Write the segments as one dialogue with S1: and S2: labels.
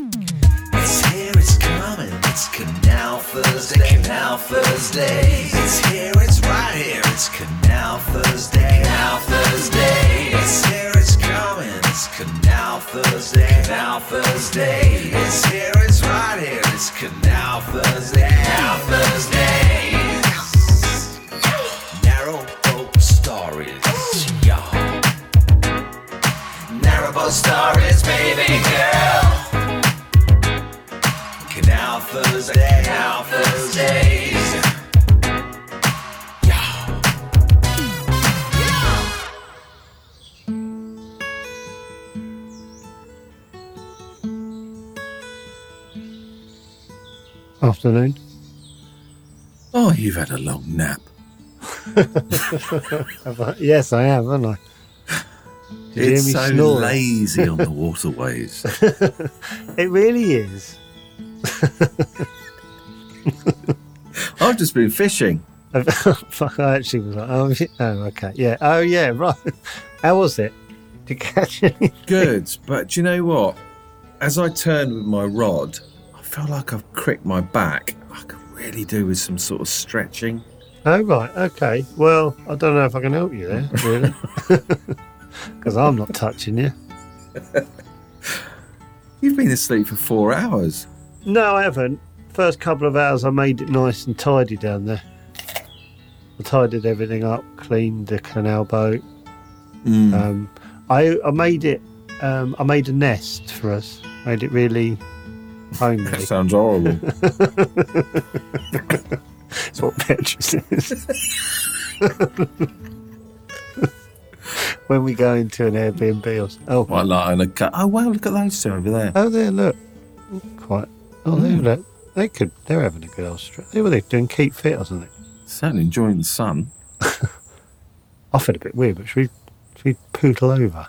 S1: It's here, it's coming. It's Canal Thursday. Canal Thursday. It's here, it's right here. It's Canal Thursday. Canal Thursday. It's here, it's coming. It's Canal Thursday. Canal Thursday. It's here, it's right here. It's Canal Thursday. Canal Thursday. Narrow boat stories, y'all. Narrow boat stories, baby girl. Canal Thursday, Canal Thursdays. Yo.
S2: Afternoon.
S3: Oh, you've had a long nap.
S2: Have I- yes, I have, haven't I? Did you
S3: it's
S2: hear me
S3: so
S2: snore?
S3: lazy on the waterways.
S2: It really is.
S3: I've just been fishing.
S2: Fuck, I actually was like, oh, yeah, oh, okay, yeah, oh, yeah, right. How was it? To catch any?
S3: Good, but do you know what? As I turn with my rod, I feel like I've cricked my back. I could really do with some sort of stretching.
S2: Oh, right, okay. Well, I don't know if I can help you there, really. Because I'm not touching you.
S3: You've been asleep for four hours.
S2: No, I haven't. First couple of hours, I made it nice and tidy down there. I tidied everything up, cleaned the canal boat. Um, I I made it. Um, I made a nest for us. Made it really
S3: That
S2: homely.
S3: sounds horrible.
S2: That's what Petrus is. when we go into an Airbnb or s- oh
S3: Quite like on a cut. Oh, wow, look at those two over there.
S2: oh there look quite oh there look they could they're having a good old stretch. They were they doing keep fit or something.
S3: Certainly enjoying the sun.
S2: I feel a bit weird, but should we, should we poodle over?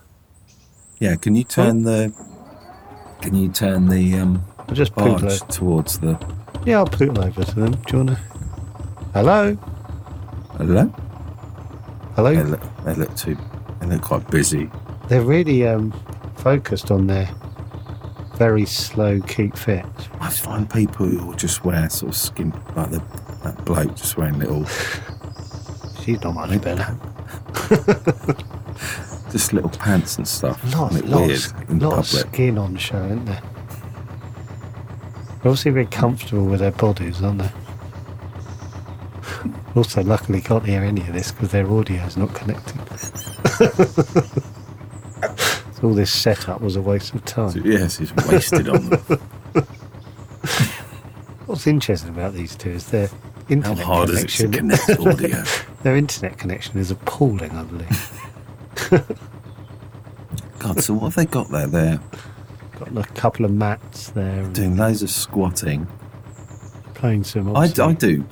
S3: Yeah, can you turn the. Can you turn the um,
S2: I'll just poodle
S3: barge
S2: over.
S3: towards the.
S2: Yeah, I'll poodle over to them. Do you want to? Hello?
S3: Hello?
S2: Hello?
S3: They look, they look too. They look quite busy.
S2: They're really um, focused on their very slow keep fit.
S3: I find people who just wear sort of skin like the, that bloke just wearing little,
S2: She's not much better.
S3: just little pants and stuff.
S2: Lot,
S3: Look
S2: lot,
S3: weird in
S2: lot of
S3: public.
S2: skin on show, isn't there? They're obviously very comfortable with their bodies, aren't they? Also, luckily, can't hear any of this because their audio's not connected. so all this setup was a waste of time.
S3: So, yes, it's wasted on them.
S2: What's interesting about these two is their
S3: How
S2: internet
S3: hard is it to
S2: connection.
S3: connect audio?
S2: their internet connection is appalling, I believe.
S3: God, so what have they got there? There,
S2: Got a couple of mats there. and
S3: Doing loads of squatting.
S2: Playing some.
S3: I,
S2: obviously.
S3: I do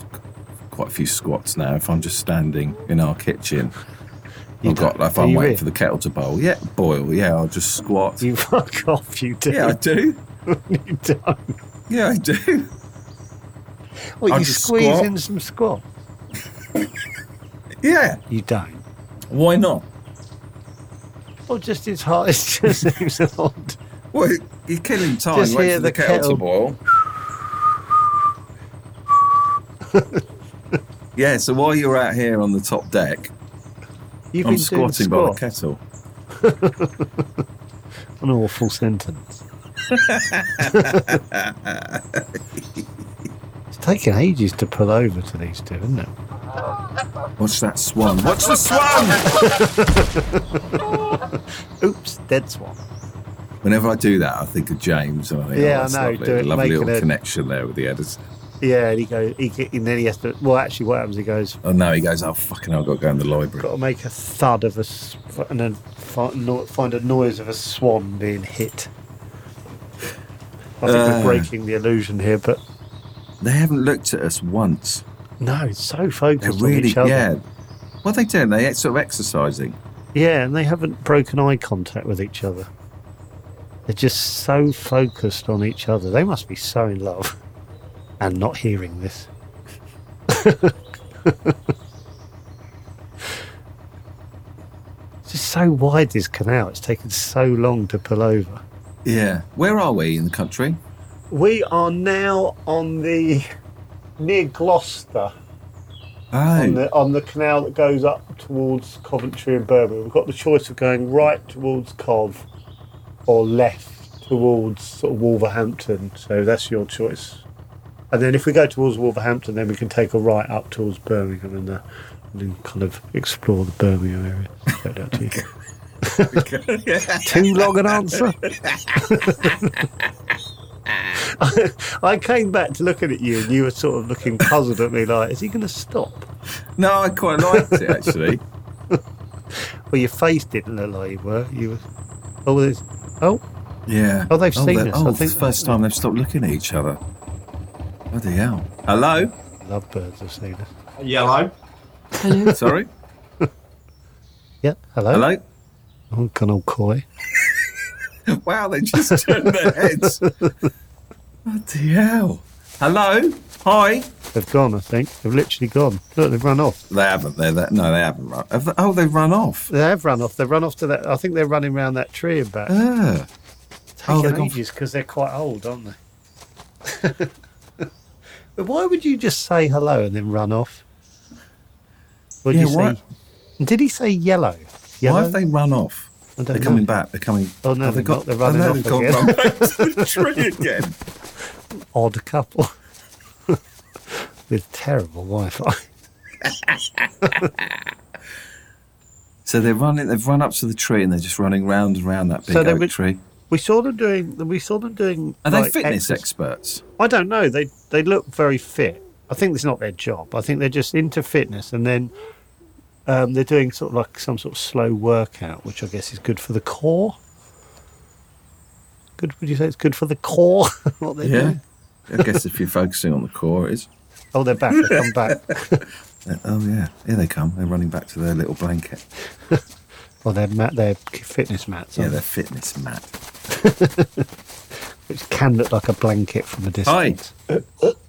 S3: quite a few squats now if I'm just standing in our kitchen.
S2: You
S3: I've got
S2: don't-
S3: if
S2: are
S3: I'm
S2: you
S3: waiting
S2: really?
S3: for the kettle to boil. Yeah, boil. Yeah, I'll just squat.
S2: You fuck off, you do.
S3: yeah, I do.
S2: you don't.
S3: Yeah, I do.
S2: What,
S3: I
S2: you
S3: just
S2: squeeze
S3: squat.
S2: in some squat?
S3: Yeah.
S2: You don't.
S3: Why not?
S2: Well, just it's hard. It just seems odd.
S3: Well, you're killing time.
S2: Just
S3: Wait
S2: hear
S3: for the,
S2: the
S3: kettle,
S2: kettle.
S3: to boil. yeah. So while you're out here on the top deck,
S2: You've
S3: I'm
S2: been doing
S3: squatting by the
S2: squat.
S3: kettle.
S2: An awful sentence. it's taken ages to pull over to these two, isn't it?
S3: Watch that swan. Watch the swan.
S2: Oops, dead swan.
S3: Whenever I do that, I think of James. And I think, oh,
S2: Yeah, I
S3: that's
S2: know,
S3: Lovely,
S2: do it,
S3: lovely
S2: make
S3: little
S2: it a-
S3: connection there with the editors.
S2: Yeah, and he goes. He, ge- and then he has to. Well, actually, what happens? He goes.
S3: Oh no, he goes. Oh fucking, hell, I've got to go in the library.
S2: Got to make a thud of a s- and then fi- no- find a noise of a swan being hit. I think
S3: Uh.
S2: we're breaking the illusion here, but
S3: They haven't looked at us once.
S2: no, it's so
S3: They're
S2: focused on
S3: really
S2: each other.
S3: yeah. What are they doing? They sort of exercising.
S2: Yeah, and they haven't broken eye contact with each other. They're just so focused on each other. They must be so in love and not hearing this. it's just so wide this canal. It's taken so long to pull over.
S3: Yeah. Where are we in the country?
S2: We are now on the near Gloucester. on
S3: Oh,
S2: the, on the canal that goes up towards Coventry and Birmingham. We've got the choice of going right towards Cov or left towards sort of Wolverhampton. So that's your choice. And then if we go towards Wolverhampton, then we can take a right up towards Birmingham and, uh, and then kind of explore the Birmingham area. Shout out to you. Too long an answer. I, I came back to looking at you, and you were sort of looking puzzled at me, like, "Is he going to stop?"
S3: no, I quite liked it actually.
S2: Well, your face didn't look like you were. You were. Oh, there's, oh,
S3: Yeah.
S2: Oh, they've seen
S3: they-
S2: us. I
S3: Oh,
S2: think-
S3: the first time they've stopped looking at each other. Bloody hell. Hello?
S2: lovebirds have seen us.
S4: Yellow.
S3: Sorry?
S2: Yeah, hello.
S3: Hello?
S2: Oh, gone all coy.
S3: Wow, they just turned their heads. Bloody hell. Hello? Hi?
S2: They've gone. I think they've literally gone. Look, they've run off.
S3: They haven't. They're that. No, they haven't run. Have they- oh, they've run off.
S2: They have run off. They've run off to that. I think they're running round that tree and back.
S3: Ah. oh, they've
S2: Taking
S3: gone-
S2: ages because they're quite old, aren't they? but why would you just say hello and then run off? What did
S3: Yeah,
S2: you
S3: why-
S2: say? And Did he say yellow? Yellow.
S3: Why have they run off?
S2: I don't
S3: They're
S2: know.
S3: coming back. They're coming.
S2: Oh, no,
S3: have they
S2: they're not. They're
S3: oh,
S2: running
S3: no,
S2: off
S3: they've gone run
S2: again.
S3: back to the tree again.
S2: Odd couple with terrible Wi-Fi.
S3: So they're running. They've run up to the tree and they're just running round and round that big
S2: So they
S3: oak
S2: would-
S3: tree.
S2: We saw them doing. We saw them doing.
S3: Are they
S2: like,
S3: fitness
S2: exercise-
S3: experts?
S2: I don't know. They they look very fit. I think it's not their job. I think they're just into fitness, and then um, they're doing sort of like some sort of slow workout, which I guess is good for the core. Good? Would you say it's good for the core? what they're
S3: Yeah.
S2: doing?
S3: I guess if you're focusing on the core, it is.
S2: Oh, they're back. They come back.
S3: Uh, Oh yeah, here they come. They're running back to their little blanket.
S2: Well, Oh, they're mat. They're fitness mats,
S3: Yeah,
S2: yeah,
S3: their fitness mat.
S2: which can look like a blanket from a
S3: Hi.
S2: distance.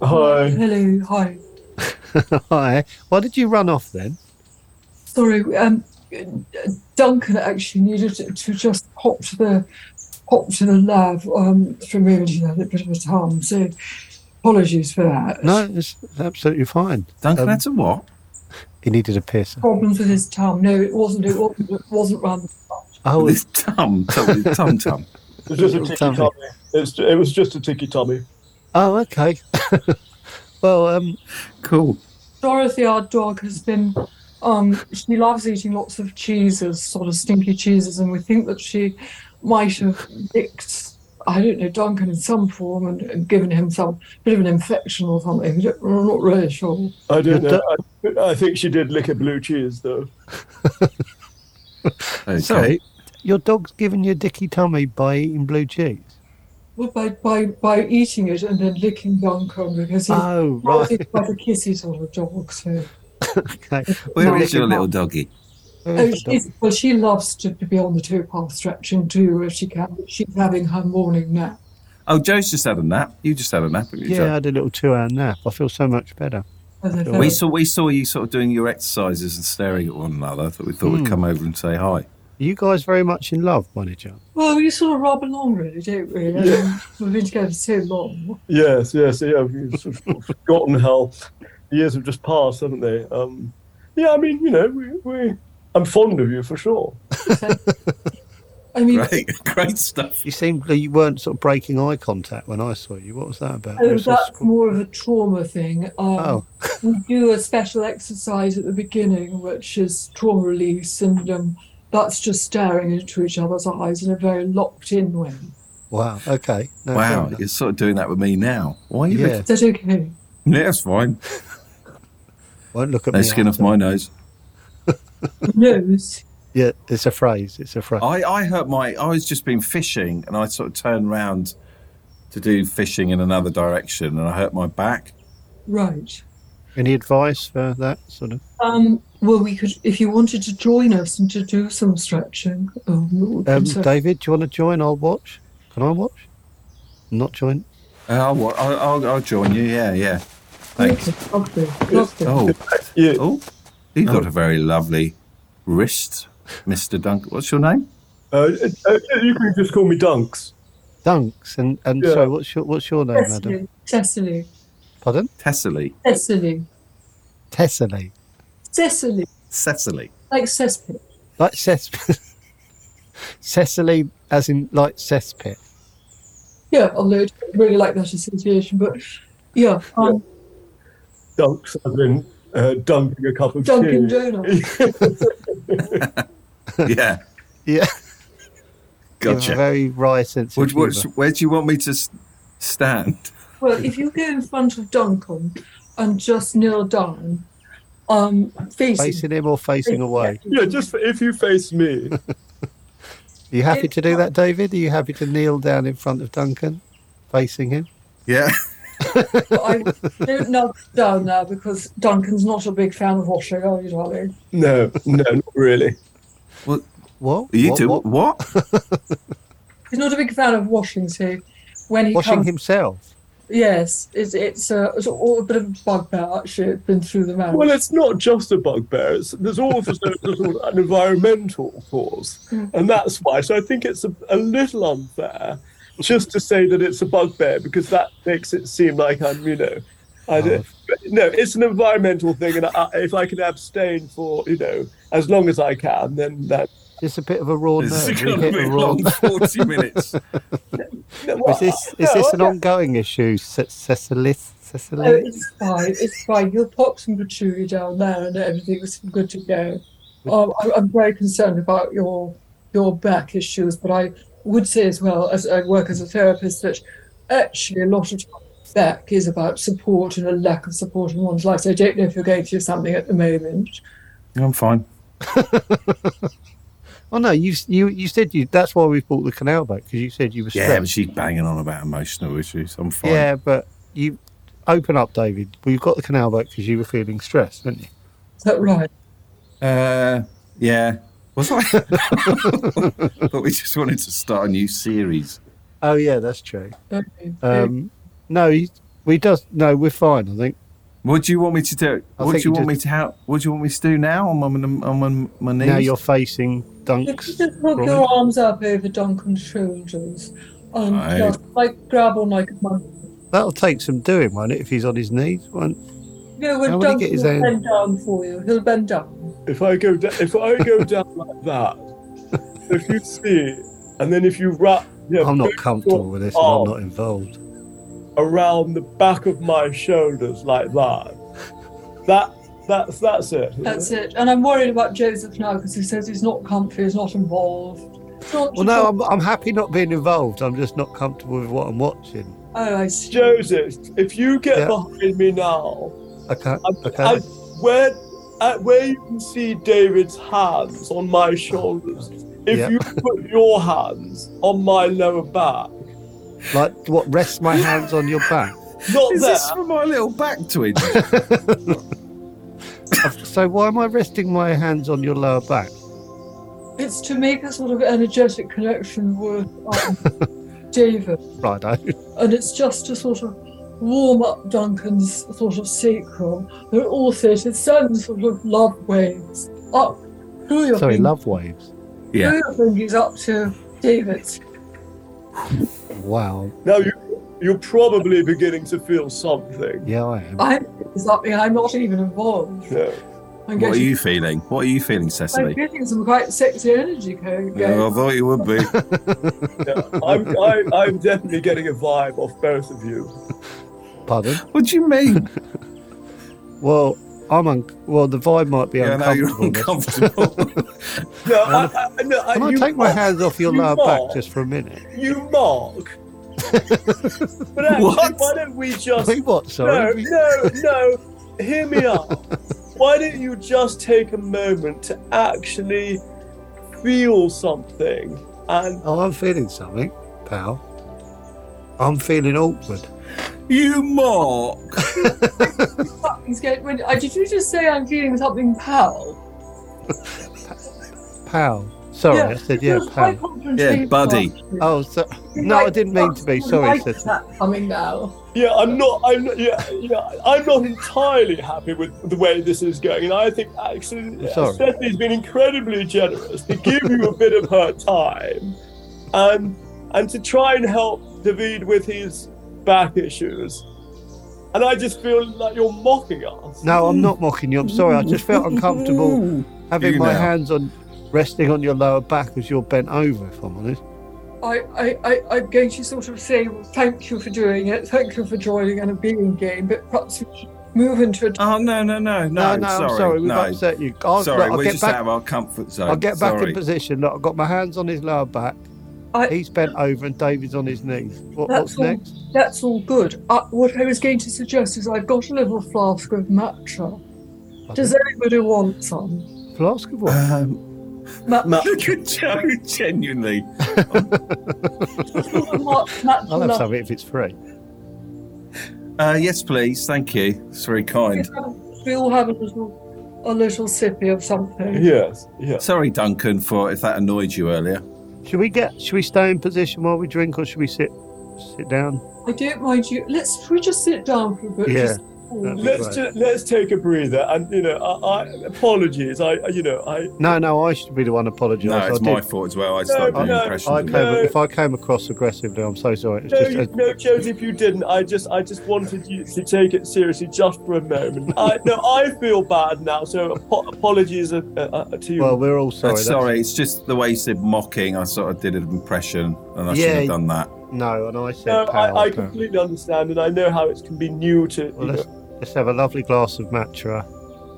S4: Hi.
S5: Hello, hi.
S2: Hi. Why did you run off then?
S5: Sorry, um, Duncan actually needed to, to just hop to the hop to the lab um, from Imogen had a bit of a time, so apologies for that.
S2: No, it's absolutely fine.
S3: Duncan
S2: Um,
S3: had to what?
S2: He needed a piss.
S5: Problems with his tongue. No, it wasn't. It wasn't. It wasn't run.
S2: Oh,
S3: His tum, tum, tum, tum.
S4: It was just a ticky
S2: Tummy.
S4: tummy. It's, it was just a ticky tummy.
S2: Oh, okay. well, um,
S3: Cool.
S5: Dorothy, our dog, has been. Um, she loves eating lots of cheeses, sort of stinky cheeses, and we think that she might have licked, I don't know, Duncan in some form and, and given him some bit of an infection or something. We don't- We're not really sure.
S4: I don't
S2: Your
S4: know. I, I think she did lick a blue cheese though.
S3: Okay.
S2: sorry, your dog's giving you a dicky tummy by eating blue cheese.
S5: Well, by, by, by eating it and then licking Duncan because he
S2: Oh,
S5: loves
S2: right.
S5: it by the kisses on the dog. So
S2: Okay.
S3: Where
S5: Well,
S3: is your little doggy?
S5: oh, she's, well, she loves to, to be on the towpath stretching too if she can. But she's having her morning nap.
S3: Oh, Joe's just had a nap. You just had a nap. haven't you,
S2: Yeah, I
S3: Joe?
S2: had a little two hour nap. I feel so much better.
S5: And they're
S3: We
S5: very-
S3: saw we saw you sort of doing your exercises and staring at one another. I thought we thought we'd come over and say hi.
S2: Are you guys very much in love, Bonnie John?
S5: Well, we sort of rub along, really, don't we? I mean, We've been together so long.
S4: Yes, yes, yeah. We've sort of forgotten how the years have just passed, haven't they? Um, yeah, I mean, you know, we, we, I'm fond of you for sure.
S5: I mean,
S3: Great, great stuff.
S2: You seemed like you weren't sort of breaking eye contact when I saw you. What was that about?
S5: Oh,
S2: It was all
S5: that's
S2: squ-
S5: more of a trauma thing. Um,
S2: Oh.
S5: we do a special exercise at the beginning, which is trauma release, and um, that's just staring into each other's eyes in a very locked in way.
S2: wow. Okay. No, fair
S3: Wow,
S2: enough.
S3: you're sort of doing that with me now. Why are you?
S2: Yeah.
S3: looking-
S5: Is that okay?
S3: Yeah, that's fine.
S2: Won't look at
S3: No
S2: me.
S3: skin off
S2: after.
S3: my nose.
S5: Nose.
S2: Yeah, it's a phrase. It's a phrase.
S3: I, I hurt my. I was just been fishing, and I sort of turned round to do fishing in another direction, and I hurt my back.
S5: Right.
S2: Any advice for that sort of?
S5: Um, well, we could, if you wanted to join us and to do some stretching. Um, it would be
S2: Um,
S5: so-
S2: David, do you want to join? I'll watch. Can I watch? Not join.
S3: Uh, I'll, wa- I'll, I'll, I'll join you. Yeah, yeah. Thanks.
S5: Okay, lovely, lovely.
S3: Oh,
S4: Yeah.
S3: oh, you've got a very lovely wrist, Mister Duncan. What's your name?
S4: Uh, uh, you can just call me Dunks.
S2: Dunks and and
S4: Yeah.
S2: sorry, what's your what's your name, madam?
S5: Cecily, Cecily,
S2: Pardon?
S3: Tessily.
S5: Cecily,
S2: Tessily.
S5: Cecily,
S3: Cecily.
S5: like cesspit.
S2: Like cesspit. Cecily, as in like cesspit.
S5: Yeah, although I don't really like that association, but yeah, um,
S4: Dunks, as in uh, dunking a cup of
S5: Dunkin'
S4: tea.
S5: Donuts.
S3: Yeah.
S2: Yeah, you have a
S3: Gotcha.
S2: very wry sense of
S3: What, what,
S2: humour.
S3: where do you want me to s- stand?
S5: Well, if you go in front of Duncan and just kneel down, um, facing,
S2: Facing him or facing away?
S4: Yeah, just if you face me.
S2: Are you happy to do that, David? Are you happy to kneel down in front of Duncan, facing him?
S3: Yeah.
S5: But I don't kneel down now because Duncan's not a big fan of washing, are you, darling?
S4: No, no, not really.
S2: What?
S3: You
S2: what,
S3: do
S2: what?
S3: what?
S5: He's not a big fan of washing, so when he
S2: Washing
S5: comes,
S2: himself.
S5: yes, it's it's a, it's all a bit of a bugbear actually. It's been through the marriage.
S4: Well, it's not just a bugbear. It's, there's also sort of an environmental cause,
S5: Hmm.
S4: and that's why. So I think it's a, a little unfair just to say that it's a bugbear because that makes it seem like I'm, you know, I don't, but no, it's an environmental thing, and I, if I can abstain for, you know, as long as I can, then that.
S2: Just a bit of a raw
S3: This is going
S2: nerve.
S3: to be a long 40 minutes.
S2: Is this is this an ongoing issue, Ce- Cecily?
S5: Oh,
S4: Uh,
S2: Cecily?
S5: it's fine. It's fine. You'll pop some patchouli down there, and everything's good to go. Um, I, I'm very concerned about your your back issues, but I would say as well as I work as a therapist that actually a lot of time back is about support and a lack of support in one's life. So I don't know if you're going through something at the moment.
S3: I'm fine.
S2: Oh no, you you you said you. That's why we bought the canal back because you said you were
S3: Yeah,
S2: stressed.
S3: but she's banging on about emotional issues. I'm fine.
S2: Yeah, but you open up, David. Well, you got the canal back because you were feeling stressed, didn't you?
S5: Is that right?
S3: Uh, yeah. Was I? but we just wanted to start a new series.
S2: Oh yeah, that's true.
S5: Okay.
S2: Um, no, you- we does no. We're fine. I think
S3: What do you want me to do?
S2: I
S3: what do
S2: think
S3: you
S2: you
S3: want me
S2: just-
S3: to how, What do you want me to do now? I'm on, my- I'm on my knees.
S2: now you're facing
S5: If you
S2: Dunks.
S5: just hook your
S2: Robin?
S5: arms up over Duncan's shoulders and
S3: Aye.
S5: just like grab on like a monkey.
S2: That'll take some doing, won't it? If he's on his knees, won't?
S5: No,
S2: How
S5: when
S2: would he
S5: Duncan
S2: get his
S5: will
S2: own-
S5: bend down for you. He'll bend down.
S4: If I go da- if I go down like that, if you see, and then if you wrap, yeah, both
S2: I'm not
S4: your
S2: comfortable with this. And I'm
S4: arms
S2: not involved.
S4: around the back of my shoulders like that. That that's that's it. isn't
S5: That's
S4: it?
S5: it. And I'm worried about Joseph now because he says he's not comfy, he's not involved. It's not-
S2: Well, no, I'm I'm happy not being involved. I'm just not comfortable with what I'm watching.
S5: Oh, I see.
S4: Joseph, if you get
S2: Yeah.
S4: behind me now,
S2: Okay.
S4: I,
S2: Okay.
S4: I, where at where you can see David's hands on my shoulders, if
S2: Yeah.
S4: you put your hands on my lower back,
S2: Like, what? Rest my hands on your back.
S4: Not
S3: Is
S4: there.
S3: this for my little back twin?
S2: So why am I resting my hands on your lower back?
S5: It's to make a sort of energetic connection with um, David,
S2: Righto.
S5: and it's just to sort of warm up Duncan's sort of sacrum, but also to send sort of love waves up through your
S2: Sorry,
S5: fingers,
S2: love waves.
S5: through
S3: yeah.
S5: your fingers up to David's.
S2: Wow.
S4: Now you, you're probably beginning to feel something.
S2: Yeah, I am.
S5: I'm something I'm not even involved.
S4: Yeah.
S5: I'm
S3: What are
S5: getting,
S3: you feeling? What are you feeling,
S5: I'm
S3: Cecily?
S5: getting some quite sexy energy going.
S3: Oh, I thought you would be.
S4: yeah. I'm, I, I'm definitely getting a vibe off both of you.
S2: Pardon?
S3: What do you mean?
S2: Well, I'm un- Well, the vibe might be
S3: yeah, I know you're
S2: uncomfortable.
S3: uncomfortable.
S4: No, I, I, no, I,
S2: Can I
S4: you
S2: take my
S4: mark-
S2: hands off your
S4: you
S2: lower
S4: mark,
S2: back just for a minute?
S4: You mark. but actually,
S3: What?
S4: why don't we just
S2: Wait, what?
S4: No,
S2: Sorry.
S4: no, no. Hear me out. Why don't you just take a moment to actually feel something? And
S2: Oh, I'm feeling something, pal. I'm feeling awkward.
S3: you mock.
S5: Something's getting. When, uh, did you just say I'm feeling something, pal?
S2: Pal. Sorry, I said, yeah,
S5: because my
S2: pal.
S5: concentration
S3: Yeah, buddy.
S5: actually-
S2: Oh, so,
S5: You're
S2: no,
S5: right,
S2: I didn't mean to be.
S5: that's
S2: Sorry,
S5: like
S2: sister.
S5: that coming now.
S4: yeah, I'm not. I'm not, yeah, yeah. I'm not entirely happy with the way this is going, and I think actually
S2: sorry.
S4: Stephanie's been incredibly generous to give you a bit of her time, and and to try and help David with his back issues. And I just feel like you're mocking us.
S2: No, I'm not mocking you. I'm sorry. I just felt uncomfortable having
S3: You
S2: my
S3: now.
S2: hands on resting on your lower back as you're bent over, if I'm honest.
S5: I, I, I, I'm going to sort of say, well, thank you for doing it. Thank you for joining and being game, but perhaps we should move into a.
S3: Oh no, no, no, no.
S2: No, no,
S3: sorry.
S2: I'm sorry. We've
S3: no.
S2: upset you. I'll,
S3: sorry,
S2: look, I'll
S3: we're
S2: get
S3: just
S2: back.
S3: out of our comfort zone.
S2: I'll get back
S3: sorry.
S2: in position. Look, I've got my hands on his lower back.
S5: I-
S2: He's bent over and David's on his knees. What, what's
S5: That's all.
S2: next?
S5: That's all good. Uh, what I was going to suggest is I've got a little flask of matcha. Does anybody want some?
S2: Flask of what?
S3: Um,
S5: Matcha.
S3: look at Joe, genuinely.
S5: matcha
S2: I'll have
S5: latte.
S2: something if it's free.
S3: Uh, yes, please. Thank you. It's very kind.
S5: We all have a little, a little sippy of something.
S4: Yes. Yes.
S3: Sorry, Duncan, for if that annoyed you earlier.
S2: Should we get? Should we stay in position while we drink, or should we sit? Sit down.
S5: I don't mind you. Let's should we just sit down for a bit.
S2: Yeah.
S5: Just-
S2: That'd be
S4: Let's
S2: great.
S4: ju- let's take a breather, and you know, I, I apologies. I you know, I
S2: No, no, I should be the one apologising.
S3: No, it's
S2: I
S3: my
S2: did-
S3: fault as well. I started
S4: No,
S3: the
S4: no,
S3: impression.
S2: I
S3: that-
S2: came,
S4: No.
S2: If I came across aggressively, I'm so sorry. It's
S4: no,
S2: just
S4: you, no, Josie, if you didn't, I just I just wanted you to take it seriously just for a moment. I no, I feel bad now, so apo- apologies uh, uh, uh, to you.
S2: well, we're all sorry.
S3: Sorry,
S2: that's-
S3: sorry, it's just the way you said mocking. I sort of did an impression, and I should
S2: Yeah.
S3: have done that.
S2: No, and I said
S4: no,
S2: pal.
S4: I, I
S2: pal.
S4: completely understand, and I know how it can be new to.
S2: Well,
S4: you
S2: let's,
S4: know,
S2: let's have a lovely glass of matcha.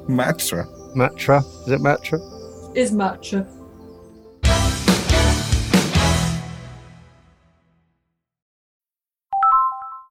S3: Matra.
S2: Matcha? Is it matcha?
S5: Is matcha.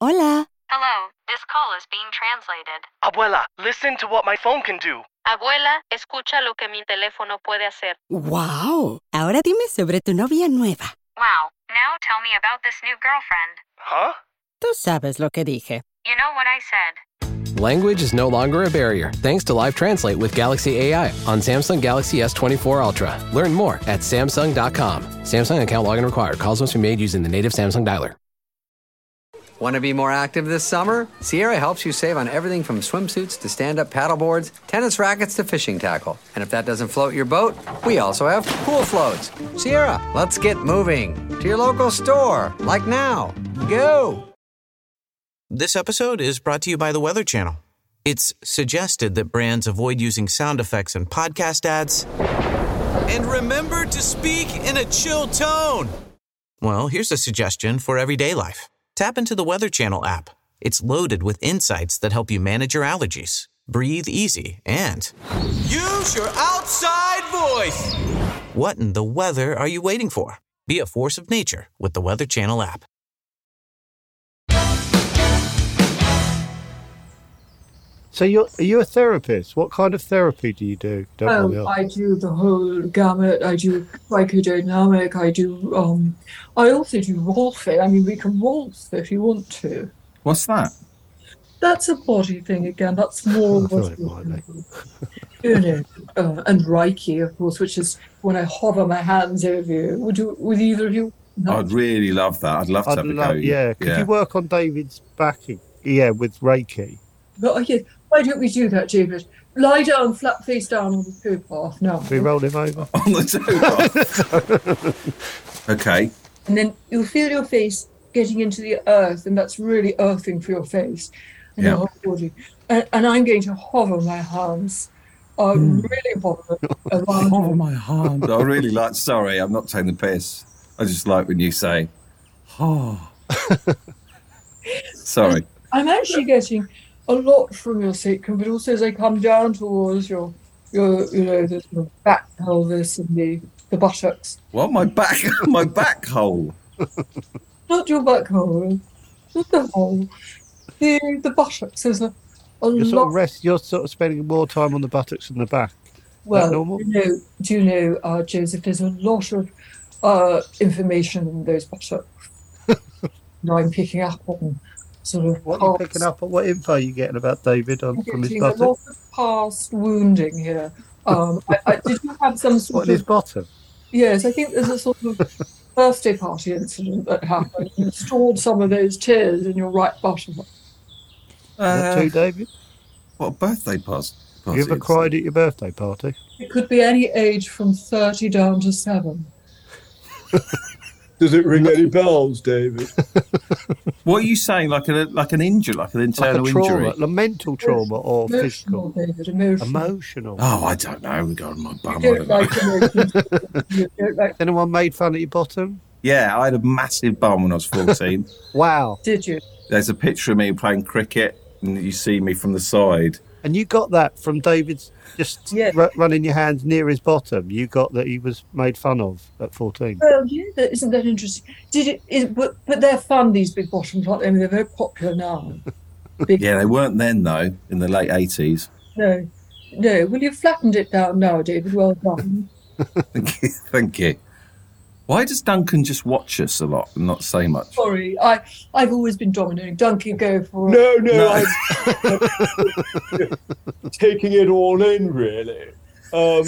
S6: Hola.
S7: Hello, this call is being translated.
S8: Abuela, listen to what my phone can do.
S7: Abuela, escucha lo que mi teléfono puede hacer.
S6: ¡Wow! Ahora dime sobre tu novia nueva.
S7: Wow, now tell me about this new girlfriend.
S8: Huh?
S6: Tú sabes lo que dije.
S7: You know what I said.
S9: Language is no longer a barrier thanks to Live Translate with Galaxy AI on Samsung Galaxy S24 Ultra. Learn more at Samsung.com. Samsung account login required. Calls must be made using the native Samsung dialer.
S10: Want to be more active this summer? Sierra helps you save on everything from swimsuits to stand up paddleboards, tennis rackets to fishing tackle. And if that doesn't float your boat, we also have pool floats. Sierra, let's get moving to your local store, like now. Go!
S11: This episode is brought to you by the Weather Channel. It's suggested that brands avoid using sound effects in podcast ads. And remember to speak in a chill tone. Well, here's a suggestion for everyday life tap into the Weather Channel app. It's loaded with insights that help you manage your allergies, breathe easy, and use your outside voice. What in the weather are you waiting for? Be a force of nature with the Weather Channel app.
S2: So you're are you a therapist? What kind of therapy do you do? Don't mind me
S5: Oh,
S2: asking.
S5: I do the whole gamut. I do psychodynamic. I do. Um, I also do rolfing. I mean, we can rolf if you want to.
S3: What's that?
S5: That's a body thing again. That's more. what we do. you know, uh, and Reiki, of course, which is when I hover my hands over you. Would you? Would either of you?
S3: I'd really love that. I'd love to
S2: I'd
S3: have a
S2: love-
S3: go.
S2: yeah. Could you work on David's back? Yeah, with Reiki.
S5: But okay, why don't we do that, David? Lie down, flat face down on the poo path now,
S2: We roll him over.
S3: on the toe. okay.
S5: and then you'll feel your face getting into the earth, and that's really earthing for your face and
S3: Yeah.
S5: your whole body. And, and I'm going to hover my hands, uh,
S2: Hmm.
S5: really hover around.
S3: Hover my hand. I really like. Sorry, I'm not taking the piss. I just like when you say, "Oh." Sorry.
S5: I'm actually getting a lot from your sacrum, but also as I come down towards your, your you know, the sort of back pelvis and the, the buttocks.
S3: Well, my back, my back hole.
S5: Not your back hole, not the hole, the, the buttocks. There's a, a
S2: You're sort
S5: lot.
S2: of rest. You're sort of spending more time on the buttocks than the back.
S5: well,
S2: normal?
S5: you know, do you know, uh, Joseph, there's a lot of uh, information in those buttocks. now I'm picking up on sort of
S2: What are you
S5: past-
S2: picking up? on? What info are you getting about David on
S5: I'm
S2: from his
S5: Oh. getting a lot
S2: buttocks?
S5: of past wounding here. Um, I, I, did you have some sort
S2: What
S5: of
S2: in his bottom?
S5: Yes, I think there's a sort of birthday party incident that happened. You stored some of those tears in your right bottom.
S3: Uh,
S2: what to, David?
S3: What a birthday pass?
S2: You ever cried at your birthday party?
S5: It could be any age from 30 down to 7.
S4: Does it ring any bells, David?
S3: What are you saying? Like a like an injury, like an
S2: Like
S3: internal
S2: a trauma,
S3: injury?
S2: a mental trauma or physical?
S5: Emotional, David, emotional.
S2: Emotional.
S3: Oh, I don't know. Regarding my bum. I
S5: You
S3: don't
S5: don't
S3: know.
S5: like emotions. You don't like-
S2: Anyone made fun at your bottom?
S3: Yeah, I had a massive bum when I was 14.
S2: Wow.
S5: Did you?
S3: There's a picture of me playing cricket, and you see me from the side.
S2: And you got that from David's just ru- running your hands near his bottom. You got that he was made fun of at 14.
S5: Well, yeah, that, isn't that interesting? Did it, is, but, but they're fun, these big bottoms, aren't they? I mean, they're very popular now.
S3: Yeah, they weren't then though. In the late 80s.
S5: No, no. Well, you've flattened it down now, David. Well done.
S3: Thank you. Thank you. Why does Duncan just watch us a lot and not say much?
S5: Sorry, I, I've always been dominating. Duncan, go for it.
S4: No, no, I'm taking it all in, really. Um,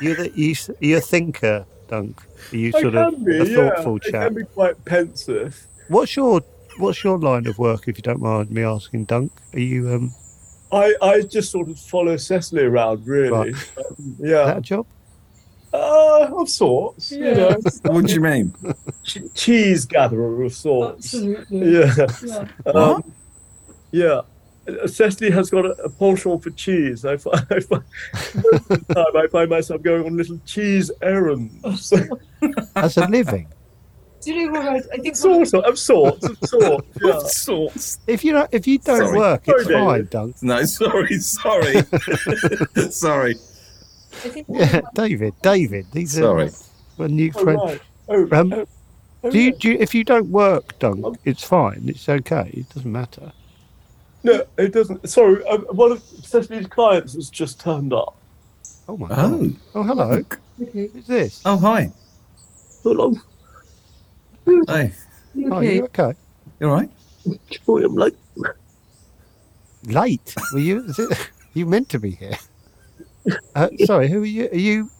S2: You're, the, you, s- you're a thinker, Dunk. You
S4: I
S2: sort of
S4: can be,
S2: a
S4: yeah.
S2: thoughtful
S4: I
S2: chap.
S4: can be quite pensive.
S2: What's your What's your line of work, if you don't mind me asking, Dunk? Are you um,
S4: I, I just sort of follow Cecily around, really. Um, yeah.
S2: that a job?
S4: Uh, of sorts. You know,
S3: What do you mean?
S4: Che- cheese gatherer of sorts.
S5: Absolutely.
S4: Yeah.
S5: Yeah.
S3: What?
S4: Um, yeah. Uh, Cecily has got a, a penchant for cheese. I, fi- I, fi- most of the time I find myself going on little cheese
S5: Oh,
S4: errands.
S2: As a living?
S5: Do you know what I, I think?
S4: sort of, of sorts, of sorts. Yeah.
S3: sorts.
S2: If you don't, if you don't
S3: Sorry.
S2: work, it's
S4: Sorry,
S2: fine,
S4: David.
S2: Dunk.
S3: No, sorry, sorry, sorry.
S5: I think
S2: Yeah, David, David. These
S3: Sorry.
S2: are a new
S4: Oh,
S2: friend.
S4: right. Oh,
S2: Um,
S4: oh,
S2: Do you,
S4: okay.
S2: do you, if you don't work,
S4: Oh.
S2: Dunk, it's fine. It's okay. It doesn't matter.
S4: No, it doesn't. Sorry, um, one of Cecily's clients has just turned up.
S2: Oh my god.
S3: Oh,
S2: Oh hello.
S5: Okay.
S2: Who's this?
S3: oh, hi.
S4: Hello,
S3: Hey,
S2: Oh, you okay?
S3: you all right?
S4: Joy, I'm like,
S2: Late? Were you? Is it, you meant to be here? Uh, sorry. Who are you? Are you?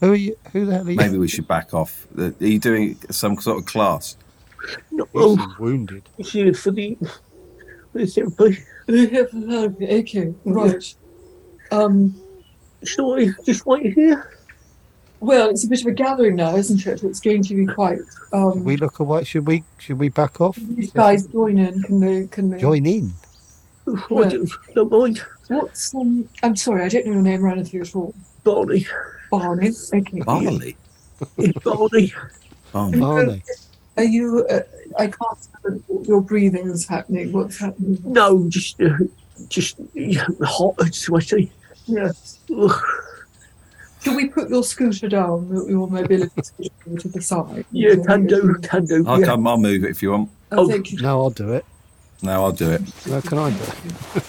S2: Who are you? Who the hell are you?
S3: Maybe we should back off. Uh, Are you doing some sort of class?
S4: no,
S2: You seem wounded.
S4: here for the, for the therapy.
S5: Okay, right. Um,
S4: Sure, you just wait here.
S5: well, it's a bit of a gathering now, isn't it? It's going to be quite. Um,
S2: We look away. Should we? Should we back off?
S5: these guys join in. Can they? Can they?
S2: Join in.
S4: I don't, don't mind.
S5: What's um? I'm sorry, I don't know your name or anything at all.
S4: Barney,
S5: Barney. Okay.
S3: Barley.
S4: it's Barney.
S3: Barley.
S2: Barney.
S5: Are you? Uh, I can't. remember what Your breathing is happening. What's happening?
S4: No, just, uh, just yeah, hot and sweaty.
S5: Yes.
S4: Ugh.
S5: Can we put your scooter down? Your your mobility scooter to the side.
S4: Yeah, can do, can do.
S3: I'll
S4: yeah. Oh,
S3: come. I'll move it if you want.
S5: Oh, thank you.
S2: No, I'll do it.
S3: No, I'll do it.
S2: No, can I do it?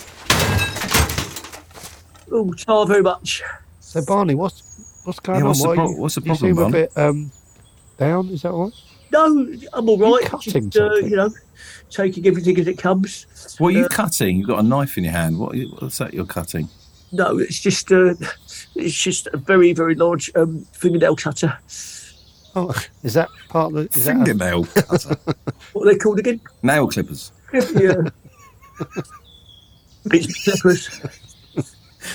S4: Oh, child, very much.
S2: So Barney, what's what's going
S4: Yeah, what's the
S2: on? Why
S4: pro-
S2: you,
S4: what's the
S2: you
S4: problem,
S2: seem a
S4: Barney?
S2: bit um, down. Is that all right?
S4: No, I'm all right.
S2: cutting
S4: Just, uh, you know, taking everything as it comes.
S3: What are you
S4: Uh,
S3: cutting? You've got a knife in your hand. What, what's that you're cutting?
S4: No, it's just uh, it's just a very very large um, fingernail cutter.
S2: Oh, is that part of the is that a-
S3: Fingernail cutter.
S4: what are they called again?
S3: Nail clippers.
S4: yeah. it's peppers.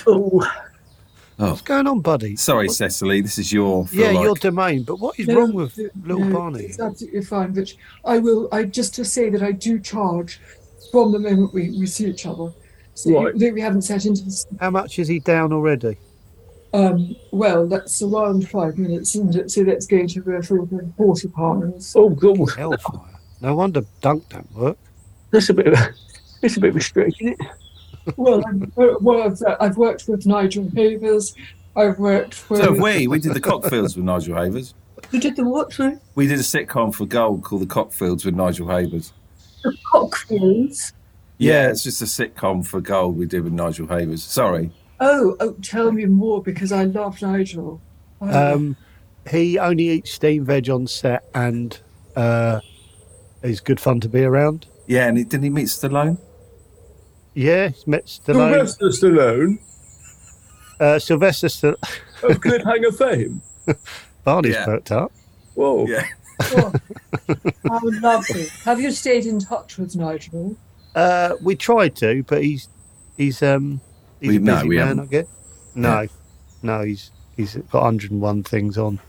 S4: Oh,
S3: Oh. What's
S2: going on, buddy?
S3: Sorry, Cecily. This is your. feel
S2: yeah,
S3: like-
S2: your domain. But what is
S5: No,
S2: wrong with little
S5: no,
S2: Barney?
S5: It's absolutely fine, but I will. I just to say that I do charge from the moment we, we see each other. So
S2: Right.
S5: that we haven't set into this.
S2: How much is he down already?
S5: Um, well, that's around five minutes, isn't it? So that's going to go for about forty pounds.
S4: Oh, God!
S2: Hellfire! No wonder dunk don't work.
S4: That's a bit. It's a bit restricted. isn't it?
S5: Well, I've, uh, well, I've, uh, I've worked with Nigel Havers. I've worked with.
S3: So have we. We did the Cockfields with Nigel Havers.
S5: You did the what? Sorry?
S3: We did a sitcom for Gold called The Cockfields with Nigel Havers.
S5: The Cockfields.
S3: Yeah, it's just a sitcom for Gold we did with Nigel Havers. Sorry.
S5: Oh, oh, tell me more because I love Nigel. Oh.
S2: Um, he only eats steamed veg on set, and uh, he's good fun to be around.
S3: Yeah, and he, didn't he meet Stallone?
S2: Yeah, he's met Stallone.
S4: Sylvester Stallone.
S2: Uh, Sylvester Stallone.
S4: Of cliffhanger fame.
S2: Barney's
S4: Yeah.
S2: perked up. Oh.
S4: Whoa.
S3: Yeah.
S5: I would love to. Have you stayed in touch with Nigel?
S2: Uh, we tried to, but he's he's um he's
S3: We-
S2: a busy
S3: no, we
S2: man,
S3: haven't.
S2: I guess. No, no, he's he's got 101 things on.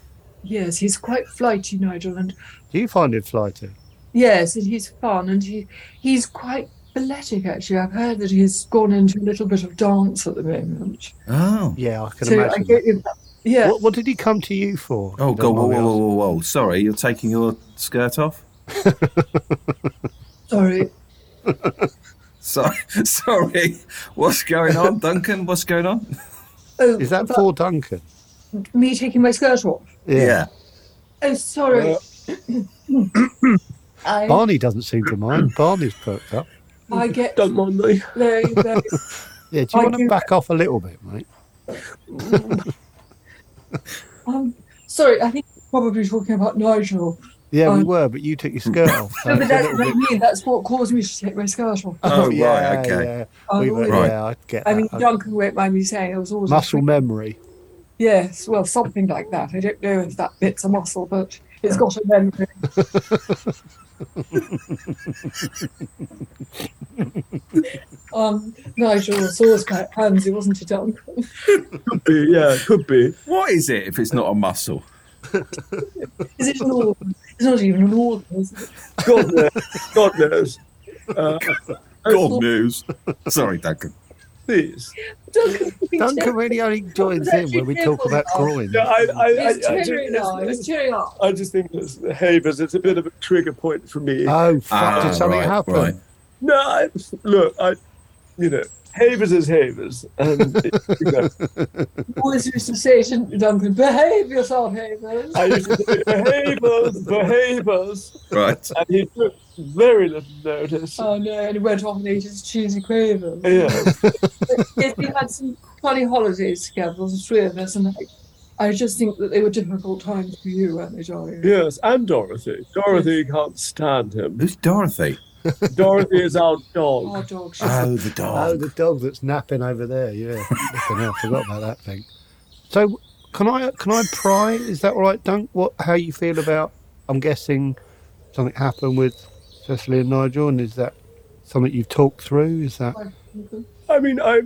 S5: Yes, he's quite flighty, Nigel, and
S2: Do you find him flighty?
S5: yes, and he's fun, and he he's quite balletic. Actually, I've heard that he's gone into a little bit of dance at the moment.
S3: Oh.
S2: Yeah, I can
S5: So I
S2: imagine.
S5: get it- yeah.
S2: What, what did he come to you for?
S3: Oh,
S2: If
S3: God.
S2: you don't
S3: Whoa,
S2: mind
S3: whoa,
S2: me
S3: whoa, whoa, whoa. Sorry, you're taking your skirt off?
S5: Sorry.
S3: Sorry. Sorry. What's going on, Duncan? What's going on?
S5: Oh,
S2: Is that for Duncan?
S5: me taking my skirt off?
S3: Yeah.
S5: Oh, sorry.
S2: Uh,
S5: I,
S2: Barney doesn't seem to mind. Barney's perked up.
S5: I get
S4: don't mind me.
S5: very, very
S2: Yeah, do you
S5: I
S2: want to
S5: do-
S2: back off a little bit, mate?
S5: um, sorry. I think we're probably talking about Nigel.
S2: Yeah, we
S5: Um,
S2: were, but you took your skirt off. so
S5: No, but
S2: it's a
S5: that's
S2: little
S5: what I
S2: bit-
S5: mean. That's what caused me to take my skirt off.
S3: Oh, right,
S2: yeah,
S3: okay.
S2: Yeah,
S5: Oh,
S2: we were,
S3: right.
S2: yeah I get
S4: Uh,
S2: that.
S5: I mean,
S2: I-
S5: Duncan won't mind me saying it was always
S2: muscle memory.
S5: Yes, well, something like that. I don't know if that bit's a muscle, but it's got a memory. um, Nigel was always quite handsy, wasn't he, Duncan?
S4: Could be, yeah, could be.
S3: What is it if it's not a muscle?
S5: Is it an organ? It's not even an organ, is it?
S4: God knows. God knows. Uh,
S3: God news. Sorry, Duncan.
S4: please.
S5: Duncan, we
S2: Duncan
S5: don't-
S2: really only joins
S5: That's
S2: in when we talk
S5: actually
S2: about
S5: terrible.
S2: groin.
S4: Yeah, I, I, I,
S5: it's
S4: I,
S5: cheering now. It's
S4: just,
S5: cheering up.
S4: I just think it's Havers. It's a bit of a trigger point for me.
S2: Oh, fuck,
S3: Ah,
S2: did something
S3: right,
S2: happen?
S3: right.
S4: No, I, look, I, you know, Havers is Havers, and you know,
S5: You always used to say, didn't you, Duncan? Behave yourself, Havers.
S4: I used to say Havers, the Havers,
S3: Right.
S4: and he took very little notice.
S5: Oh no, and he went off and ate his cheesy quavers.
S4: yeah,
S5: Yes, we had some funny holidays together, the three of us, and I, I just think that they were difficult times for you, weren't they, darling?
S4: yes, and Dorothy. Dorothy can't stand him.
S3: Who's Dorothy?
S4: Dorothy is our dog.
S5: Our dog. She's,
S3: Oh, the
S2: Oh,
S3: dog.
S2: the dog that's napping over there. Yeah, Flipping hell, forgot about that thing. So, can I can I pry? Is that all right, Dunk? What? How you feel about? I'm guessing something happened with Cecily and Nigel, and is that something you've talked through? Is that?
S4: I mean, I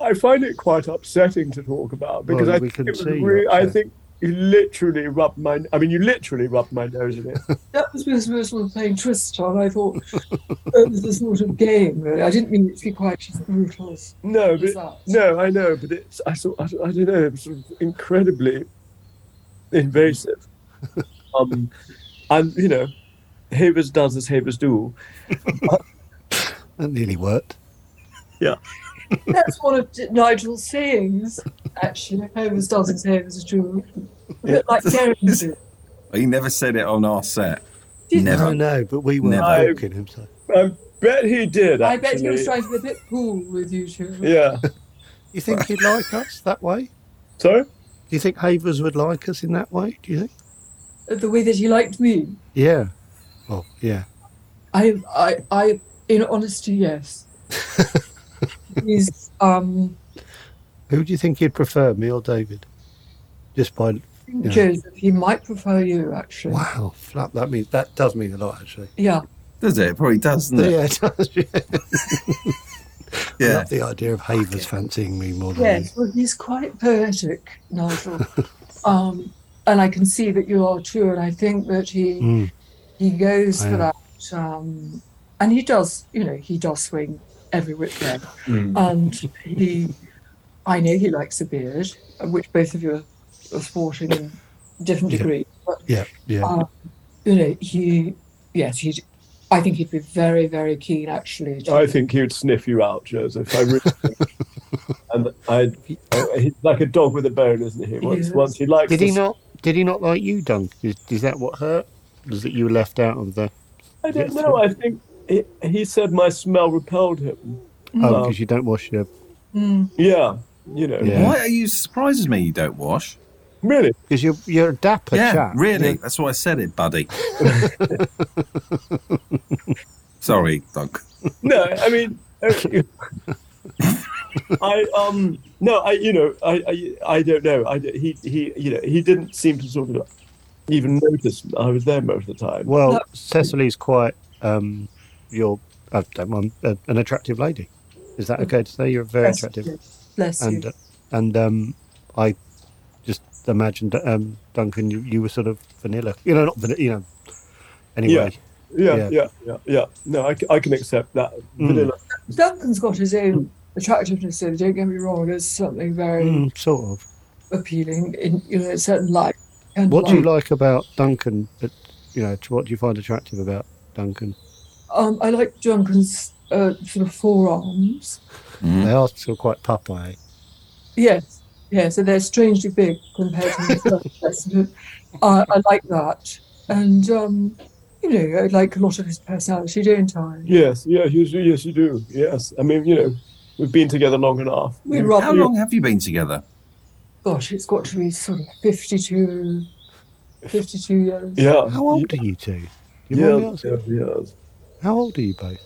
S4: I find it quite upsetting to talk about because
S2: Well,
S4: I
S2: we
S4: think
S2: can
S4: it was
S2: see you're
S4: really, I
S2: upset.
S4: think you literally rubbed my. I mean, you literally rubbed my nose in it.
S5: that was because we were sort of playing twist on. I thought it was a sort of game, really. I didn't mean it to be quite as brutal as
S4: No,
S5: as
S4: but
S5: that.
S4: no, I know, but it's I sort I, I don't know, it's sort of incredibly invasive. um, and you know, Havers does as Havers do.
S2: That nearly worked.
S5: That's one of D- Nigel's sayings, actually. Homer's doesn't say it was true. A bit like Darren did.
S3: He never said it on our set.
S5: Did-
S2: No,
S3: Never.
S2: no, but we were
S4: Never.
S2: talking him. So
S4: I bet he did.
S5: I bet he
S4: actually.
S5: was trying to be a bit cool with you two.
S4: Yeah,
S2: You think he'd like us that way?
S4: Sorry? Do
S2: you think Havers would like us in that way? Do you think?
S5: the way that he liked me.
S2: Yeah. Well, yeah.
S5: I, I, I, in honesty, yes. He's, um,
S2: Who do you think he'd prefer, me or David? Just by. you know-
S5: Joseph, he might prefer you, actually.
S2: Wow, flap. That means that does mean a lot, actually.
S5: Yeah.
S3: Does it? It probably does, doesn't it?
S2: Yeah, it does. Yeah.
S3: Yeah.
S2: I love the idea of Havers fancying me more than
S5: Yes, well, he's quite poetic, Nigel. um, and I can see that you are too, and I think that he
S2: Mm.
S5: he goes
S2: I
S5: for
S2: am.
S5: that. Um, and he does, you know, he does swing every which way. And he, I know he likes a beard, of which both of you are, are sporting in different
S2: Yeah.
S5: degrees. But,
S2: Yeah, yeah.
S5: um, you know, he, yes, he. I think he'd be very, very keen, actually. to-
S4: I think he would sniff you out, Joseph. I really think. and I, I, he's like a dog with a bone, isn't he? Once,
S2: Yes.
S4: once he likes
S2: Did he
S4: the-
S2: not? Did he not like you, Dunk? Is, is that what hurt? Was that you were left out of the?
S4: I don't know. I think he, he said my smell repelled him.
S2: Oh,
S4: Um,
S2: because you don't wash your.
S4: yeah, you know.
S2: Yeah. Why
S3: are you surprises me you don't wash?
S4: Really?
S2: Because you're you're a dapper
S3: yeah,
S2: chap.
S3: really.
S2: Yeah.
S3: That's why I said it, buddy. Sorry, Doug.
S4: no, I mean, uh, I um no, I you know, I I, I don't know. I d- he he you know he didn't seem to sort of even notice I was there most of the time.
S2: Well, Cecily's quite um, you're uh, don't mind, uh, an attractive lady. Is that okay to say? You're very
S5: Bless
S2: attractive.
S5: you. Bless you.
S2: and uh, and um, I just imagined um, Duncan, you, you were sort of vanilla. You know, not vanilla. You know. Anyway.
S4: yeah, yeah, yeah, yeah, yeah. No, I, c- I can accept that. Vanilla.
S5: Duncan's got his own attractiveness, so don't get me wrong, there's something very
S2: Mm, sort of.
S5: appealing in you know, a certain light. And
S2: What do you like about Duncan? That you know, what do you find attractive about Duncan?
S5: Um, I like Duncan's uh, sort of forearms.
S2: They are still quite Popeye.
S5: Yes, yeah, so they're strangely big compared to himself. That's- I, uh, I like that. And, um, you know, I like a lot of his personality, don't I?
S4: Yes, yeah, yes, you- yes, you do. Yes, I mean, you know, we've been together long enough.
S5: We robbed
S3: How
S5: you.
S3: long have you been together?
S5: Gosh, it's got to be sort of 52, 52 years.
S4: Yeah.
S2: How old are you two? You
S4: Yeah,
S2: mind me asking?
S4: yes.
S2: How old are you both?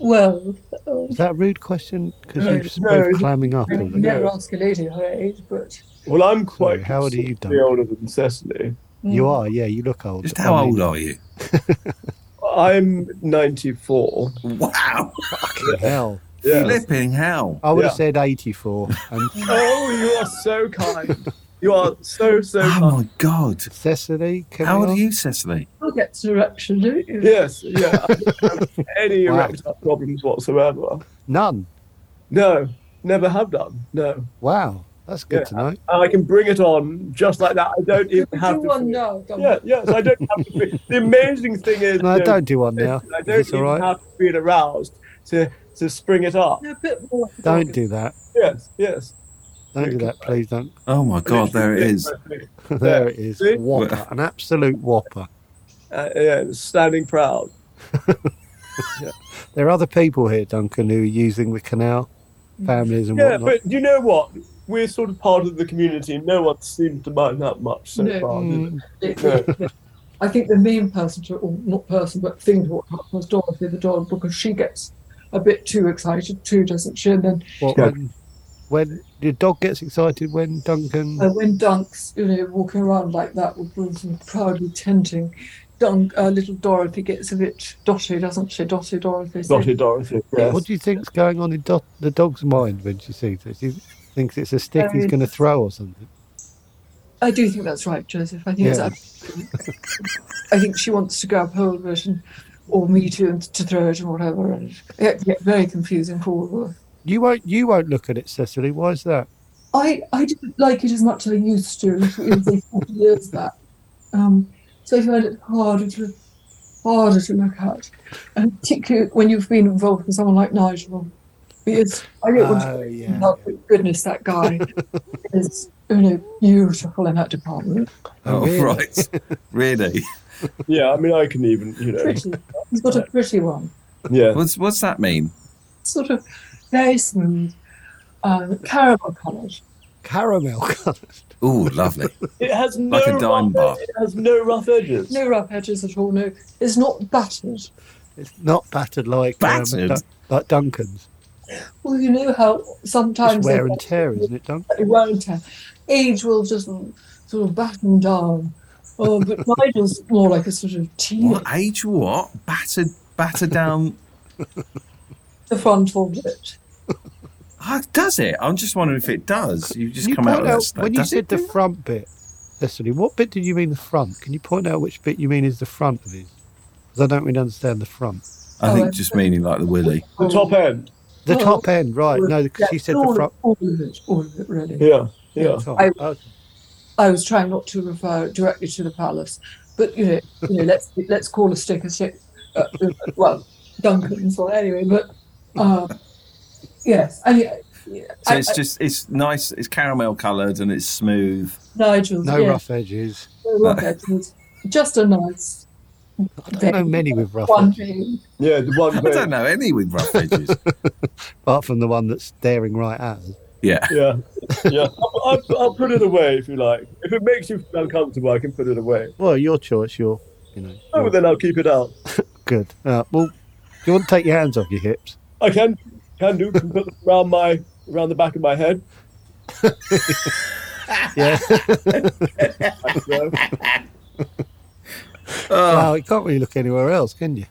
S5: Well, uh,
S2: Is that a rude question? Because
S5: No,
S2: you're just
S5: no,
S2: both clamming up.
S5: I
S2: all
S5: mean,
S2: the-
S5: you never ask a lady her age, but
S4: Well, I'm quite.
S2: how old are you,
S4: considerably older than Cecily.
S2: You are, yeah. You look old.
S4: Just
S3: How old are you?
S4: I'm 94.
S3: Wow.
S2: Fucking hell.
S4: Yeah.
S3: Flipping hell.
S2: I would have
S4: Yeah.
S2: said 84. And
S4: Oh, you are so kind. You are so so.
S3: Oh my god.
S2: Cecily, can
S3: How
S2: we
S3: old are
S2: ask-
S3: you, Cecily?
S5: you'll get to erection, don't you?
S4: Yes, yeah. I don't have any
S2: Wow.
S4: erectile problems whatsoever.
S2: None.
S4: No, never have done. No.
S2: Wow. That's good
S4: Yeah.
S2: to know.
S4: And I can bring it on just like that. I don't even have
S5: do
S4: to.
S5: one
S4: feel-
S5: now, don't
S4: Yeah, yes, I don't have to. Feel. The amazing thing is,
S2: No,
S4: you know,
S2: don't do one now.
S4: I don't
S2: It's
S4: even
S2: all right.
S4: have to feel aroused to to spring it up.
S5: A bit more.
S2: Don't do that.
S4: Yes, yes.
S2: Don't do that, please. Don't.
S3: Oh my god, there it is.
S2: There it is.
S4: See?
S2: Whopper. An absolute whopper.
S4: Uh, yeah, standing proud.
S2: There are other people here, Duncan, who are using the canal, families and
S4: Yeah,
S2: whatnot.
S4: but you know what? We're sort of part of the community. and No one seems to mind that much so
S5: No.
S4: far. did
S5: It-
S2: Mm.
S4: they? No.
S5: I think the main person to, or not person, but thing to watch out for is Dorothy the dog because she gets a bit too excited too, doesn't she? And then
S2: What, when, when your dog gets excited, when Duncan.
S5: uh, when Dunk's, you know, walking around like that with Bruce and proudly tenting, Dunk, uh, little Dorothy gets a bit dotty, doesn't she? Dotty Dorothy. so-
S4: Dotty Dorothy. Yes.
S2: What do you think's going on in do- the dog's mind when she sees this? He thinks it's a stick he's
S5: Um,
S2: going to throw or something.
S5: I do think that's right, Joseph. I think it's
S2: Yeah.
S5: absolutely. I think she wants to grab hold of it and, or me to and to throw it and whatever, and it get very confusing for all of us.
S2: You won't. You won't look at it, Cecily. Why is that?
S5: I I didn't like it as much as I used to. It was like forty years back, um, so I found it harder to harder to look at, and particularly when you've been involved with someone like Nigel, because I don't want to.
S2: Oh, yeah.
S5: Oh, goodness, that guy is you know beautiful in that department.
S3: Oh,
S2: really?
S3: right. really?
S4: Yeah, I mean, I can even, you know.
S5: Pretty. He's got a pretty one.
S4: Yeah.
S3: What's what's that mean?
S5: sort of very smooth. um, caramel coloured.
S2: Caramel coloured.
S3: Ooh, lovely.
S4: It has no
S3: Like a
S4: rough
S3: dime bar.
S4: It has no rough edges.
S5: No rough edges at all. No, it's not battered.
S2: Not battered like um,
S5: Battered?
S2: Dun- like Duncan's.
S5: Well, you know how
S2: It's
S5: sometimes they
S2: wear and tear, isn't it, Duncan?
S5: it won't have. Age will just sort of batten down. Oh, but Nigel's more like a sort of teen.
S3: What age? What battered? Batter down?
S5: The frontal bit.
S3: Ah, does it? I'm just wondering if it does. You just
S2: Can you
S3: come out
S2: point
S3: of that. stuff,
S2: when you
S3: does
S2: said
S3: it
S2: the
S3: do
S2: front bit, Cecily, what bit did you mean the front? Can you point out which bit you mean is the front of his? Because I don't really understand the front.
S3: that? I think just meaning like the willy.
S4: The top end.
S2: The top end, right? No, because you said the
S5: all,
S2: front. Oh,
S5: All of it, all of it, really.
S4: Yeah, yeah.
S5: I, I was trying not to refer directly to the palace, but you know, you know, let's let's call a stick a stick. Uh, well, Duncan's or anyway, but uh, yes, I, mean,
S3: So
S5: I-
S3: it's
S5: I-
S3: just it's nice. It's caramel coloured and it's smooth.
S5: Nigel's
S2: No
S5: yeah,
S2: rough edges.
S5: no rough edges, just a nice. I
S2: don't know many with rough
S5: one
S2: edges.
S5: thing.
S4: Yeah, the one.
S3: I don't know any with rough edges.
S2: Apart from the one that's staring right at us.
S3: Yeah.
S4: Yeah, yeah. I'll, I'll, I'll put it away if you like. If it makes you feel uncomfortable, I can put it away.
S2: Well, your choice, your, you know.
S4: Oh, then I'll keep it out.
S2: Good. Uh, well, do you want to take your hands off your hips?
S4: I can can do can put them around my around the back of my head.
S2: Yeah. Wow, you can't really look anywhere else, can you?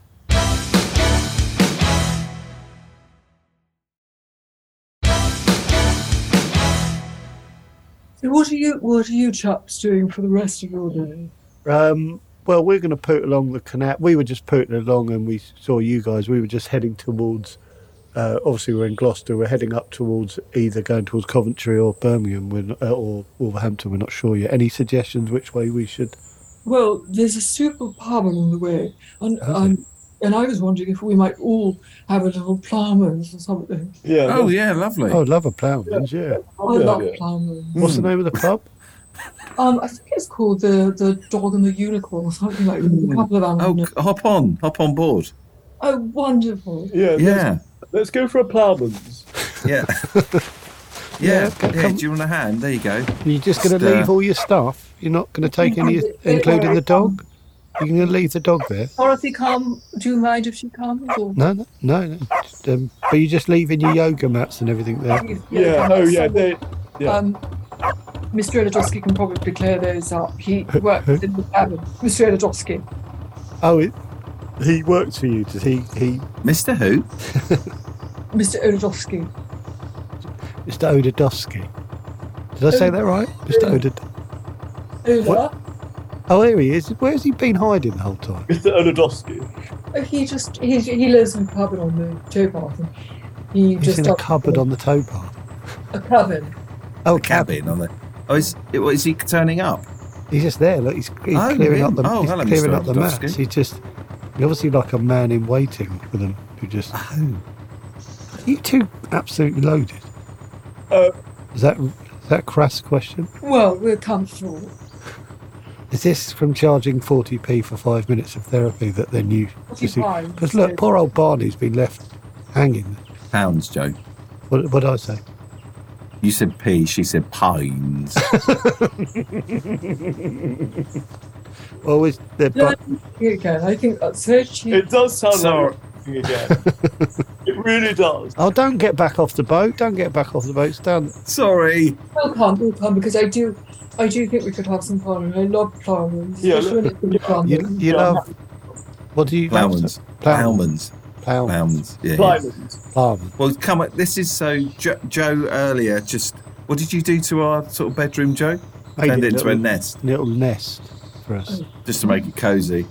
S5: So what are you? What are you chaps doing for the rest of your day?
S2: Um, well, we're going to poot along the canal. We were just pooting along and we saw you guys. We were just heading towards, uh, obviously, we're in Gloucester. We're heading up towards either going towards Coventry or Birmingham we're not, uh, or Wolverhampton. We're not sure yet. Any suggestions which way we should?
S5: Well, there's a super pub on the way, and um, and I was wondering if we might all have a little ploughman's or something.
S4: Yeah.
S3: Oh yeah, lovely.
S2: Oh, love a ploughman's, yeah. Hmm.
S5: I love ploughman's.
S2: What's the name of the pub?
S5: Um, I think it's called the the dog and the unicorn or something like that. A couple of
S3: Oh,
S5: animals.
S3: c- hop on, hop on board.
S5: Oh, wonderful!
S4: Yeah.
S3: Yeah.
S4: Let's, let's go for a ploughman's.
S3: Yeah. yeah.
S2: okay,
S3: Yeah.
S2: come-
S3: Do you want a hand? There you go.
S2: You're just going
S3: Just,
S2: to
S3: uh,
S2: leave all your stuff? You're not going to take any, including the dog? You're going to leave the dog there?
S5: Dorothy, come. Do you mind if she comes? Or
S2: No, no, no. no. Just, um, but you're just leaving your yoga mats and everything there.
S4: Yeah. Oh yeah. They, yeah.
S5: Um, Mr. Elidowski can probably clear those up. He works in um, the cabin. Mr. Elidowski.
S2: Oh, it, he works for you. Does he? He,
S3: Mr. Who?
S5: Mr. Elidowski.
S2: Mr. Ododowski. Did I
S3: Oh.
S2: say that right, Mr. Odod?
S5: Ola.
S2: Oh, here he is. Where's he been hiding the whole time?
S4: Mr. Olodowski.
S5: Oh, He just he, he lives in a cupboard on the towpath. and He
S2: He's
S5: just
S2: in a
S5: does-
S2: cupboard on the towpath.
S5: a cabin.
S2: Oh,
S3: The cabin on the. Oh, is, is he turning up?
S2: He's just there. Look, he's, he's
S3: Oh,
S2: clearing
S3: him.
S2: up the
S3: Oh,
S2: he's
S3: hello,
S2: clearing
S3: Mr.
S2: up the mats.
S3: Ododowski.
S2: He's just he's obviously like a man in waiting for them. Who just
S3: Oh.
S2: you two absolutely loaded.
S4: Uh,
S2: Is that is that a crass question?
S5: Well, we're comfortable.
S2: Is this from charging 40p for five minutes of therapy that then you.
S5: 45,
S2: Because look,
S5: so-
S2: poor old Barney's been left hanging.
S3: Pounds, Joe.
S2: What what I say?
S3: You said pea. She said pines.
S2: Always the.
S5: Yeah, again, I think that's so cheap.
S4: It does sound
S3: Sorry.
S4: like you're again. it really does.
S2: Oh, don't get back off the boat! Don't get back off the boat! Stand.
S3: Sorry.
S5: We'll come, we'll come because I do, I do think we could have some fun, and I love ploughmans.
S4: Yeah,
S5: especially when it's in
S2: You,
S5: London.
S2: you love. What do you
S3: Plowmans.
S2: Plowman.
S3: Plowmans.
S2: Plowman.
S3: Plowmans. Yeah. yeah.
S4: Ploughman's.
S2: Plowman.
S3: Well, come on. This is so. Jo- Joe earlier just. What did you do to our sort of bedroom, Joe?
S2: Made
S3: Turned
S2: it
S3: it into a
S2: little-
S3: nest
S2: Little nest for us.
S5: Oh.
S3: just to make it cozy.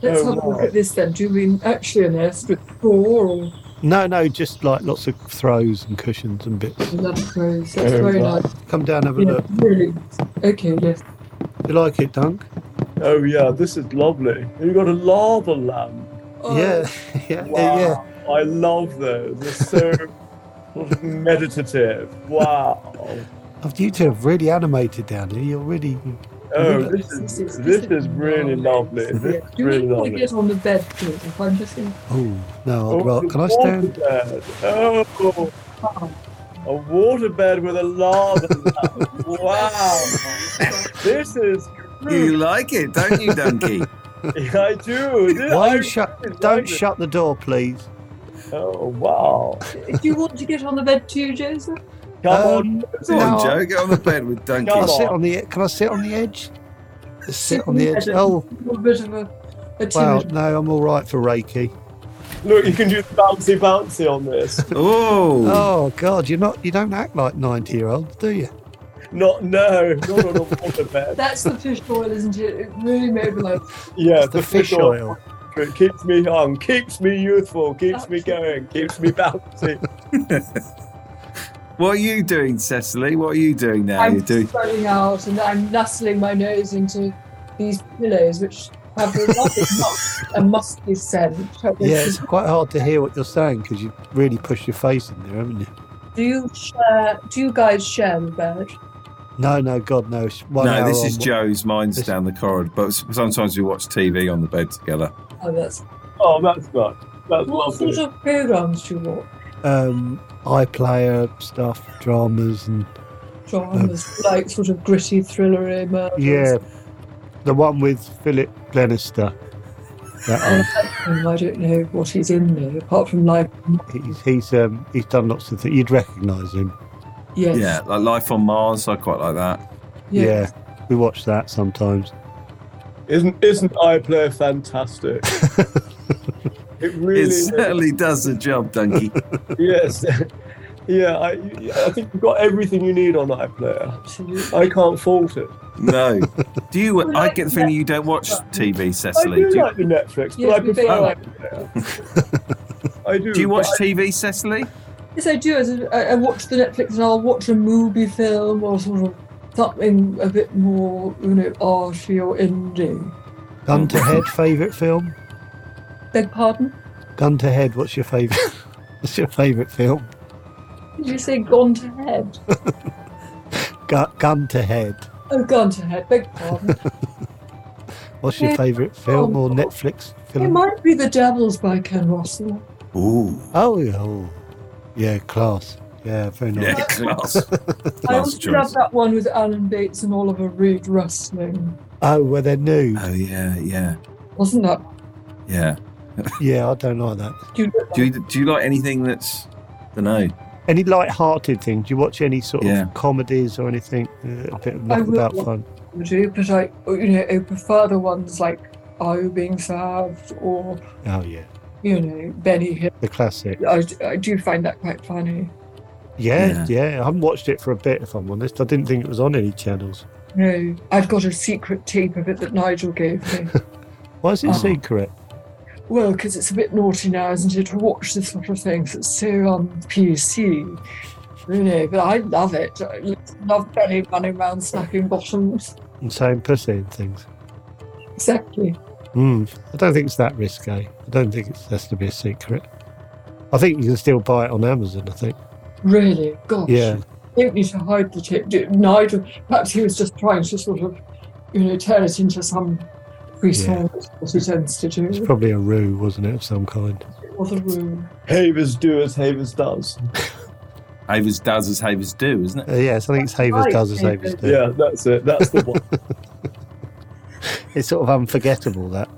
S5: Let's
S4: Oh,
S5: have a look
S4: wow.
S5: at this then. Do we actually a nest with straw or
S2: No, no, just like lots of throws and cushions and bits.
S5: that grows? That's
S4: Oh,
S5: very
S4: wow.
S5: nice.
S2: Come down, have a
S5: Yeah,
S2: look.
S5: really. Okay, yes.
S2: You like it, Dunk?
S4: Oh yeah, this is lovely. You've got a lava lamp.
S5: Oh,
S2: yeah, yeah,
S4: Wow.
S2: yeah.
S4: I love those. They're so sort of meditative. Wow.
S2: Oh, You two have really animated down here. You're really.
S4: Oh, this is this is really lovely. This is
S5: Do we
S4: really
S5: want to
S4: lovely.
S5: get on the bed, please? If I'm just in
S2: Oh no! I'd
S4: Oh,
S2: rather-
S4: the
S2: Can I
S4: water
S2: stand?
S4: bed. Oh, A waterbed with a lava. lamp. wow. this is.
S3: You like it, don't you, Donkey?
S4: yeah, I do. This-
S2: Why
S4: I
S2: you shut?
S4: really
S2: Don't
S4: like it.
S2: shut the door, please.
S4: Oh wow!
S5: Do you want to get on the bed too, Joseph?
S4: Come
S2: on,
S3: Come on, Joe, get on the bed with Donkey.
S2: Can I sit on the? e- Can I sit on the edge? Just sit on the edge. Oh,
S5: A little bit of a, a timid
S2: well, no, I'm all right for Reiki.
S4: Look, you can do the bouncy bouncy on this.
S3: Oh,
S2: oh God, you're not. You don't act like ninety year olds, do you?
S4: Not no, not on a waterbed.
S5: That's the fish oil, isn't it? It really made me like,
S4: yeah,
S2: the fish oil.
S4: It keeps me young, keeps me youthful, keeps me going, keeps me bouncy.
S3: What are you doing, Cecily? What are you doing now?
S5: I'm
S3: you do.
S5: throwing out and I'm nestling my nose into these pillows, which have a lovely, not a musky scent.
S2: Yeah, it's quite hard to hear what you're saying because you really pushed your face in there, haven't you?
S5: Do you share? Do you guys share the bed?
S2: No, no, God knows. One
S3: no,
S2: hour
S3: this is
S2: on-
S3: Joe's. Mine's down the corridor, but s- sometimes we watch TV on the bed together.
S5: Oh, that's.
S4: Oh, that's good. That's
S5: What
S4: lovely.
S5: sort of programs do you watch?
S2: um, iPlayer stuff, dramas, and
S5: Dramas like sort of gritty, thrillery murders.
S2: yeah, the one with Philip Glenister. That
S5: Um, I don't know what he's in there apart from life.
S2: one. He's he's um, he's done lots of things. You'd recognise him.
S5: Yes.
S3: Yeah, like Life on Mars. I quite like that.
S5: Yes.
S2: Yeah, we watch that sometimes.
S4: Isn't isn't iPlayer fantastic? it really
S3: it
S4: is.
S3: certainly does the job, Donkey.
S4: Yes. Yeah, I, I think you've got everything you need on iPlayer.
S5: Absolutely.
S4: I can't fault it.
S3: no, do you? I get the feeling you don't watch TV,
S4: I
S3: Cecily.
S4: do
S3: Do
S4: like
S3: you,
S4: the Netflix, but
S5: Yes,
S4: I
S5: we
S4: prefer
S5: both like
S4: iPlayer. I do.
S3: do you watch
S4: but
S3: TV, Cecily?
S5: Yes, I do. as I, I watch the Netflix and I'll watch a movie film or sort of something a bit more, you know, arty or indie.
S2: Gun to Head, favourite film?
S5: Beg pardon?
S2: Gun to Head, what's your favourite? what's your favourite film?
S5: Did you say gone to head?
S2: Gun, gun to Head.
S5: Oh, gone to head. Beg pardon.
S2: What's your
S5: Yeah.
S2: favourite film or
S5: Oh.
S2: Netflix
S5: it
S2: film?
S5: might be The Devils by Ken Russell.
S3: Ooh,
S2: Oh, yeah, oh, yeah, class. Yeah, very nice.
S3: yeah, class.
S5: I
S3: class
S5: also love
S3: choice.
S5: that one with Alan Bates and Oliver Reed wrestling.
S2: Oh, were they nude?
S3: Oh yeah, yeah,
S5: Wasn't that?
S3: yeah.
S2: Yeah, I don't like that.
S5: Do you look
S3: Do you do you like anything that's? I don't know.
S2: Any light-hearted thing? Do you watch any sort
S3: Yeah.
S2: of comedies or anything? Uh, a bit of
S5: I
S2: knock
S5: will
S2: about
S5: watch-
S2: fun.
S5: like do, but I, you know, I prefer the ones like Are You Being Served or,
S2: Oh yeah,
S5: you know, Benny Hill.
S2: the classic.
S5: I, I do find that quite funny.
S2: Yeah, yeah, I haven't watched it for a bit, if I'm honest. I didn't think it was on any channels.
S5: No, I've got a secret tape of it that Nigel gave me.
S2: Why is it
S5: Oh.
S2: secret?
S5: well, because it's a bit naughty now, isn't it, to watch this sort of thing? 'cause it's so on PC, you know. But I love it. I love Benny running around snacking bottoms.
S2: And saying pussy and things.
S5: Exactly.
S2: Mm. I don't think it's that risque. I don't think it's has to be a secret. I think you can still buy it on Amazon. I think.
S5: Really, gosh.
S2: Yeah.
S5: Don't need to hide the tape. do- Nigel, perhaps he was just trying to sort of, you know, turn it into some free
S2: Yeah.
S5: service, what he tends to
S2: It's
S5: do.
S2: probably a ruse, wasn't it, of some kind?
S5: Or the room.
S4: Havers do as Havers does.
S3: Havers does as Havers do, isn't
S2: Uh,
S3: it?
S2: yes, I think it's Havers
S5: Right,
S2: does as Havers
S5: Havers.
S2: do.
S4: Yeah, that's it. That's the one.
S2: It's sort of unforgettable that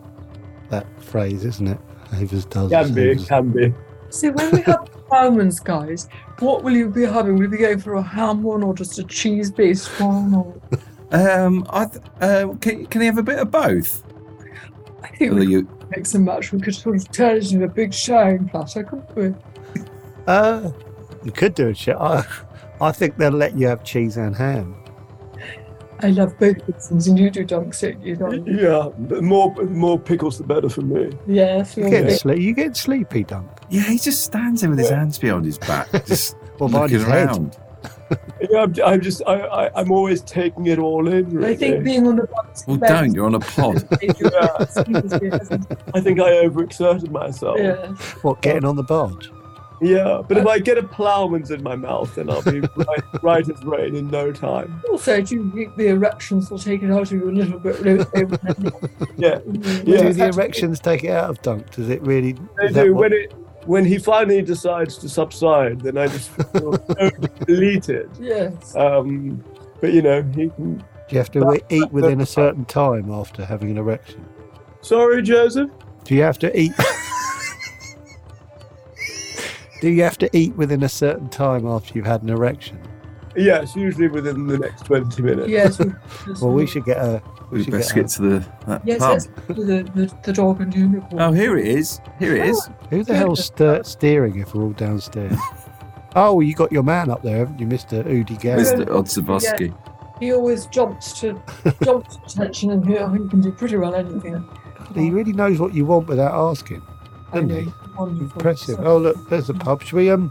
S2: that phrase, isn't it? Havers does. as
S4: Can be,
S2: Havers-
S4: can be.
S5: So when we have almonds, guys, what will you be having? Will you be going for a ham one or just a cheese-based one? Or
S3: Um, I th- um, can can he have a bit of both?
S5: I think
S3: Although
S5: we
S3: you-
S5: could mix and match. We could sort of turn it into a big sharing platter, couldn't we?
S2: Uh, you could do it. Shit. I, I think they'll let you have cheese and ham.
S5: I love both of things, and you do dunks, don't you? Don?
S4: Yeah, the more more pickles the better for me.
S5: Yes,
S2: You
S5: you're
S2: get
S5: right.
S2: sleep. You get sleepy, Dunk.
S3: Yeah, he just stands there with his hands behind his back, just
S2: Well, behind
S3: looking
S2: his head.
S3: around.
S4: Yeah, I'm, I'm just I, I I'm always taking it all in.
S5: I
S4: Really.
S5: think being on the bouncy
S3: Well,
S5: bed-
S3: don't. You're on a pod.
S5: uh,
S4: I think I overexerted myself. Yeah,
S5: yeah.
S2: What getting on the barge?
S4: but if I get a ploughman's in my mouth, then I'll be right, right as rain in no time.
S5: Also, do you think the erections will take it out of you a little bit? don't they, when they're not-
S4: Yeah,
S5: Mm.
S4: yeah.
S2: do the erections take it out of Dunk? Does it really?
S4: They
S2: is that
S4: do
S2: what-
S4: when it when he finally decides to subside, then I just feel so depleted.
S5: Yes.
S4: Um, but you know, he can.
S2: Do you have to wi- eat within a certain time after having an erection?
S4: Sorry, Joseph.
S2: Do you have to eat? Do you have to eat within a certain time after you've had an erection?
S4: Yes, usually within the next twenty minutes.
S5: Yes.
S2: Well, we should get a.
S3: We
S2: should
S3: best
S2: get
S3: get to the that
S5: Yes,
S3: pub.
S5: yes. The, the, the dog and unicorn.
S3: Oh, here it is. Here
S5: Oh,
S3: it is.
S2: Who the hell's st- steering if we're all downstairs? oh, you got your man up there, haven't you, Mister Udi Gary?
S3: Mr. Odzabowski.
S5: He always jumps to jumps to attention, and he, he can do pretty well anything.
S2: He really knows what you want without asking,
S5: I
S2: doesn't
S5: know,
S2: he?
S5: Wonderful.
S2: Impressive.
S5: So-
S2: Oh, look, there's the pub. Should we um?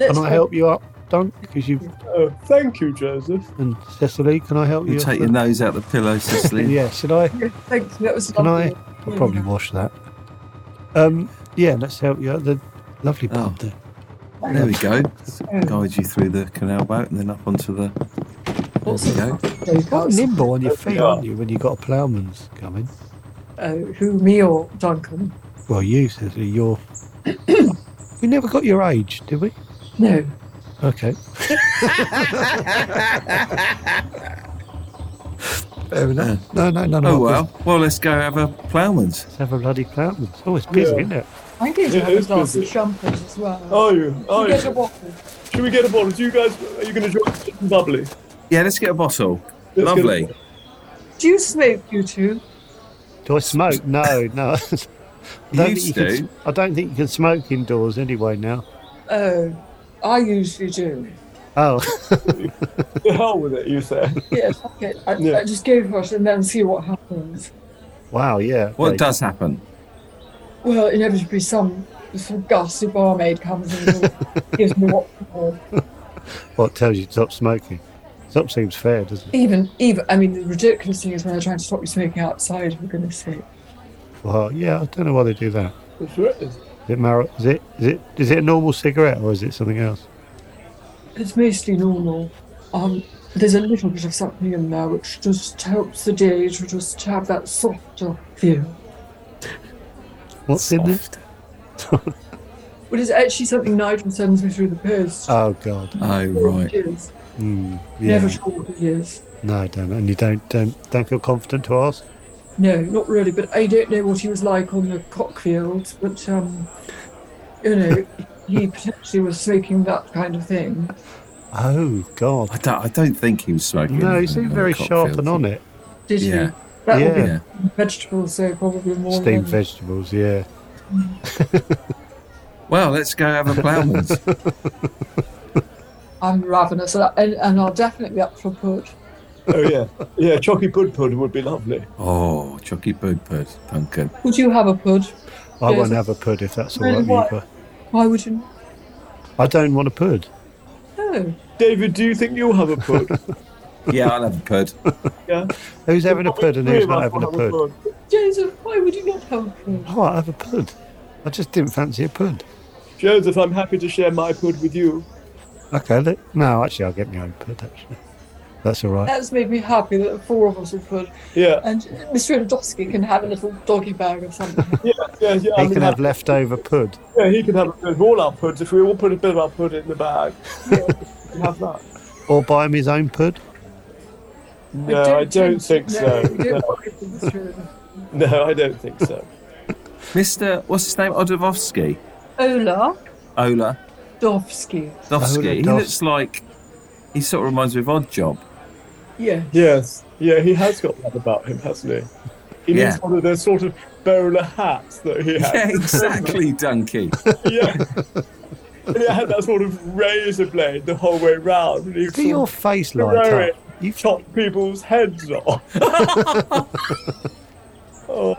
S5: Let's
S2: can I
S5: go.
S2: help you up, Dunk? Because you
S4: Oh, thank you, Joseph.
S2: and Cecily, can I help you?
S3: You
S2: up
S3: take your
S2: the-
S3: nose out the pillow, Cecily.
S2: Yeah. Should I?
S5: Yeah, Thank you. That was
S2: Can I?
S5: lovely.
S2: I'll probably wash that. Um. Yeah. Let's help you. out. The lovely pub. there.
S3: There we go. Guide you through the canal boat and then up onto the. There we go.
S2: You're quite nimble on your feet,
S4: Yeah.
S2: aren't you? When you got a ploughman's coming.
S5: Uh, who me or Duncan?
S2: Well, you, Cecily, you're. we never got your age, did we?
S5: No.
S2: Okay. Fair enough. No, no, no, no.
S3: Oh well. Well, let's go have a ploughman's.
S2: Let's have a bloody ploughman's. Oh, it's busy,
S4: Yeah.
S2: isn't it?
S5: I'm going to
S4: Yeah,
S5: have a
S4: it's
S5: glass
S4: busy.
S5: of champagne as well.
S4: Are you? oh, Are
S5: Get a
S4: you?
S5: bottle.
S4: Should we get a bottle? Do you guys? Are you going to join us in bubbly?
S3: Yeah, let's get a bottle.
S4: get a
S3: Lovely.
S4: bottle.
S5: Do you smoke, you two?
S2: Do I smoke? No, no. I
S3: You
S2: don't think you can,
S3: do.
S2: I don't think you can smoke indoors anyway now.
S5: Oh, I usually do.
S2: Oh,
S4: The hell with it, you say.
S5: Yes, okay. I,
S4: Yeah.
S5: I just go for it and then see what happens.
S2: wow, yeah.
S3: What
S2: okay.
S3: does happen?
S5: Well, inevitably, some sort of ghastly barmaid comes and gives me what for.
S2: What tells you to stop smoking? Stop seems fair, doesn't it?
S5: Even, even, I mean, the ridiculous thing is when they're trying to stop you smoking outside, for goodness sake.
S2: Well, yeah, I don't know why they do that.
S4: That's right.
S2: Is it, mar- is it is it is it a normal cigarette or is it something else?
S5: It's mostly normal. Um, there's a little bit of something in there which just helps the day to just have that softer feel.
S2: What's in it?
S5: But it's actually something Nigel sends me through the post.
S2: Oh God,
S3: Oh
S5: It
S3: right.
S5: is.
S2: yeah.
S5: Never sure what it is.
S2: No, I don't. And you don't don't don't feel confident to ask.
S5: No, not really. But I don't know what he was like on the cockfield. But um, you know, he potentially was smoking that kind of thing.
S2: Oh God,
S3: I don't. I don't think he was smoking.
S2: no, he
S3: anything
S2: seemed
S3: on
S2: very
S3: the
S2: sharp
S3: cockfield.
S2: and on it.
S5: Did
S3: Yeah.
S5: he? That
S2: Yeah.
S5: would
S3: Yeah.
S5: be vegetables, so probably more.
S2: Steamed
S5: than-
S2: vegetables, yeah.
S3: Well, let's go have a ploughman's.
S5: I'm ravenous, and, and, and I'll definitely be up for put.
S4: Oh yeah, yeah. Chocky pud pud would be lovely.
S3: oh, Chucky Bird Bird Duncan.
S5: Would you have a pud?
S2: I
S5: Yes.
S2: won't have a pud if that's all
S5: Really,
S2: right with you.
S5: what-
S2: But
S5: Why would you? not?
S2: I don't want a pud.
S5: No.
S4: David, do you think you'll have a pud?
S3: Yeah, I'll have a pud.
S4: Yeah.
S2: Who's having a pud and
S4: Three
S2: who's
S4: of
S2: not
S4: us
S2: having a
S4: will have
S2: pud?
S4: pud.
S5: Joseph, why would you not have a pud?
S2: Oh, I have a pud. I just didn't fancy a pud.
S4: Joseph, I'm happy to share my pud with you.
S2: Okay, let, no, actually, I'll get my own pud. Actually, that's all right.
S5: That's made me happy that the four of us have put,
S4: Yeah,
S5: and Mr. Radowski can have a little doggy bag or something.
S4: yeah, yeah. yeah. I
S2: He can
S4: mean,
S2: have leftover pud.
S4: yeah, he can have a bit of all our puds if we all put a bit of our pud in the bag. Yeah, we can have that.
S2: Or buy him his own pud.
S4: No, I don't think so.
S5: No, we
S4: No,
S5: don't think it's true.
S4: no, I don't think so.
S3: Mr. What's his name? Odovsky.
S5: Ola
S3: Ola
S5: Dovsky.
S3: Dovsky. He
S2: Dovs-
S3: looks like. He sort of reminds me of Odd Job.
S5: Yeah.
S4: Yes, yeah, he has got that about him, hasn't he? He
S3: Yeah.
S4: needs one of those sort of bowler hats that he has.
S3: Yeah, exactly, Donkey.
S4: yeah. And it had that sort of razor blade the whole way round. And he'd
S2: See your
S4: sort
S2: face
S4: of
S2: light
S4: throw
S2: up.
S4: it,
S2: You
S4: chop people's heads off. oh,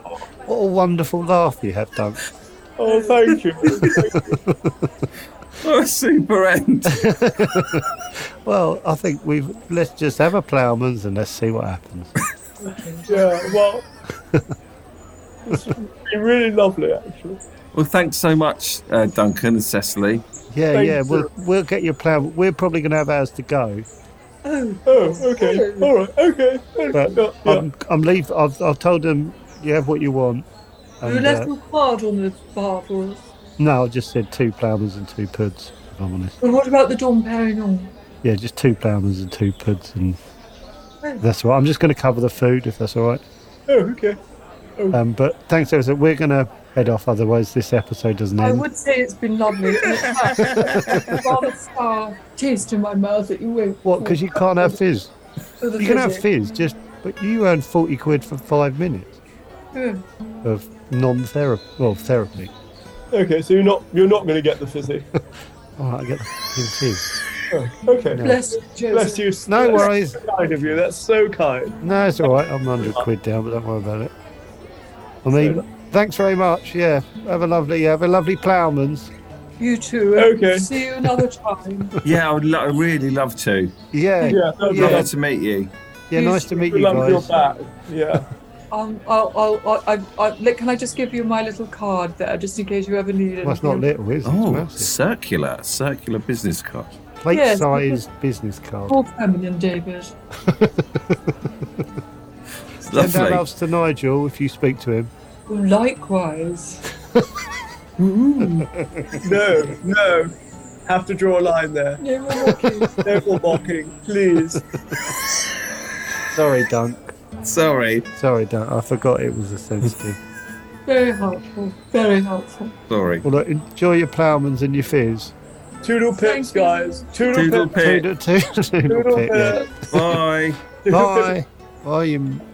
S2: What a wonderful laugh you have, Dunk.
S4: oh, thank you.
S3: What a super end.
S2: Well, I think we've let's just have a ploughman's and let's see what happens.
S4: yeah, well, it's been really lovely, actually.
S3: Well, thanks so much, uh, Duncan and Cecily.
S2: Yeah,
S4: Thank
S2: yeah,
S4: you.
S2: we'll we'll get your plough. We're probably going to have ours to go,
S5: Oh,
S4: Oh, okay. All right, okay.
S2: but
S4: Yeah, yeah.
S2: I'm I'm leave. I've I've told them you have what you want.
S5: you
S2: And,
S5: left
S2: uh,
S5: your card on the bar for us.
S2: No, I just said two ploughmans and two puds, if I'm honest.
S5: Well, what about the Dom Perignon?
S2: Yeah, just two ploughmans and two puds, and that's all right. I'm just going to cover the food, if that's all right.
S4: Oh, okay. Oh.
S2: Um, but thanks, Elsa. We're going to head off, otherwise, this episode doesn't
S5: I
S2: end.
S5: would say it's been lovely. but it's rather sour taste in my mouth that you won't.
S2: What, because you can't have fizz?
S5: For the
S2: You can have
S5: visit.
S2: fizz, just but you earn 40 quid for five minutes
S5: Yeah.
S2: of non therapy. Well, therapy.
S4: Okay, so you're not you're not going to get the fizzy.
S2: All right, I get the fucking fizz.
S4: Oh, okay.
S2: No. Bless
S5: you, Joseph.
S4: Bless you.
S2: No
S4: That's
S2: worries.
S4: so kind of you. That's so kind.
S2: No, it's all right. I'm 100 quid down, but don't worry about it. I mean, thanks very much. Yeah, have a lovely, have a lovely ploughman's.
S5: You too.
S2: Okay.
S5: See you another time.
S3: Yeah, I would lo- I really love to.
S2: Yeah,
S5: Yeah, that'd be
S3: Lovely
S5: nice.
S3: to meet you.
S2: Yeah, nice to meet you
S4: Love your
S2: guys.
S4: back. Yeah.
S5: Um, I'll, I'll, I'll, I'll, I'll, like, can I just give you my little card there, just in case you ever need it?
S2: Well, it's not little, is it?
S3: Oh, circular, circular business card.
S2: Plate
S5: Yes,
S2: size business card.
S5: All feminine, David.
S2: Send our
S3: lovely.
S2: loves to Nigel if you speak to him.
S5: Likewise.
S4: Mm. No, no. Have to draw a line there.
S5: No more mocking.
S4: no more mocking, please.
S2: Sorry, Dunk.
S3: Sorry.
S2: Sorry, Dunk. I forgot it was a sensitive.
S5: Very helpful. Very helpful.
S3: Sorry.
S2: Well, look, enjoy your ploughmans and your fizz.
S4: Toodle pips, guys. Toodle,
S3: Toodle
S4: pips.
S3: pip.
S2: Toodle, toodle, toodle,
S4: Toodle
S2: pip, yeah.
S4: pip.
S3: Bye.
S2: Bye. Bye. You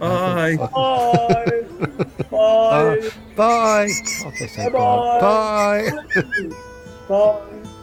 S4: Bye.
S3: Bye.
S2: Uh,
S4: Bye.
S2: bye. Oh, they say bye.
S4: Bye-bye.
S2: Bye.
S4: Bye.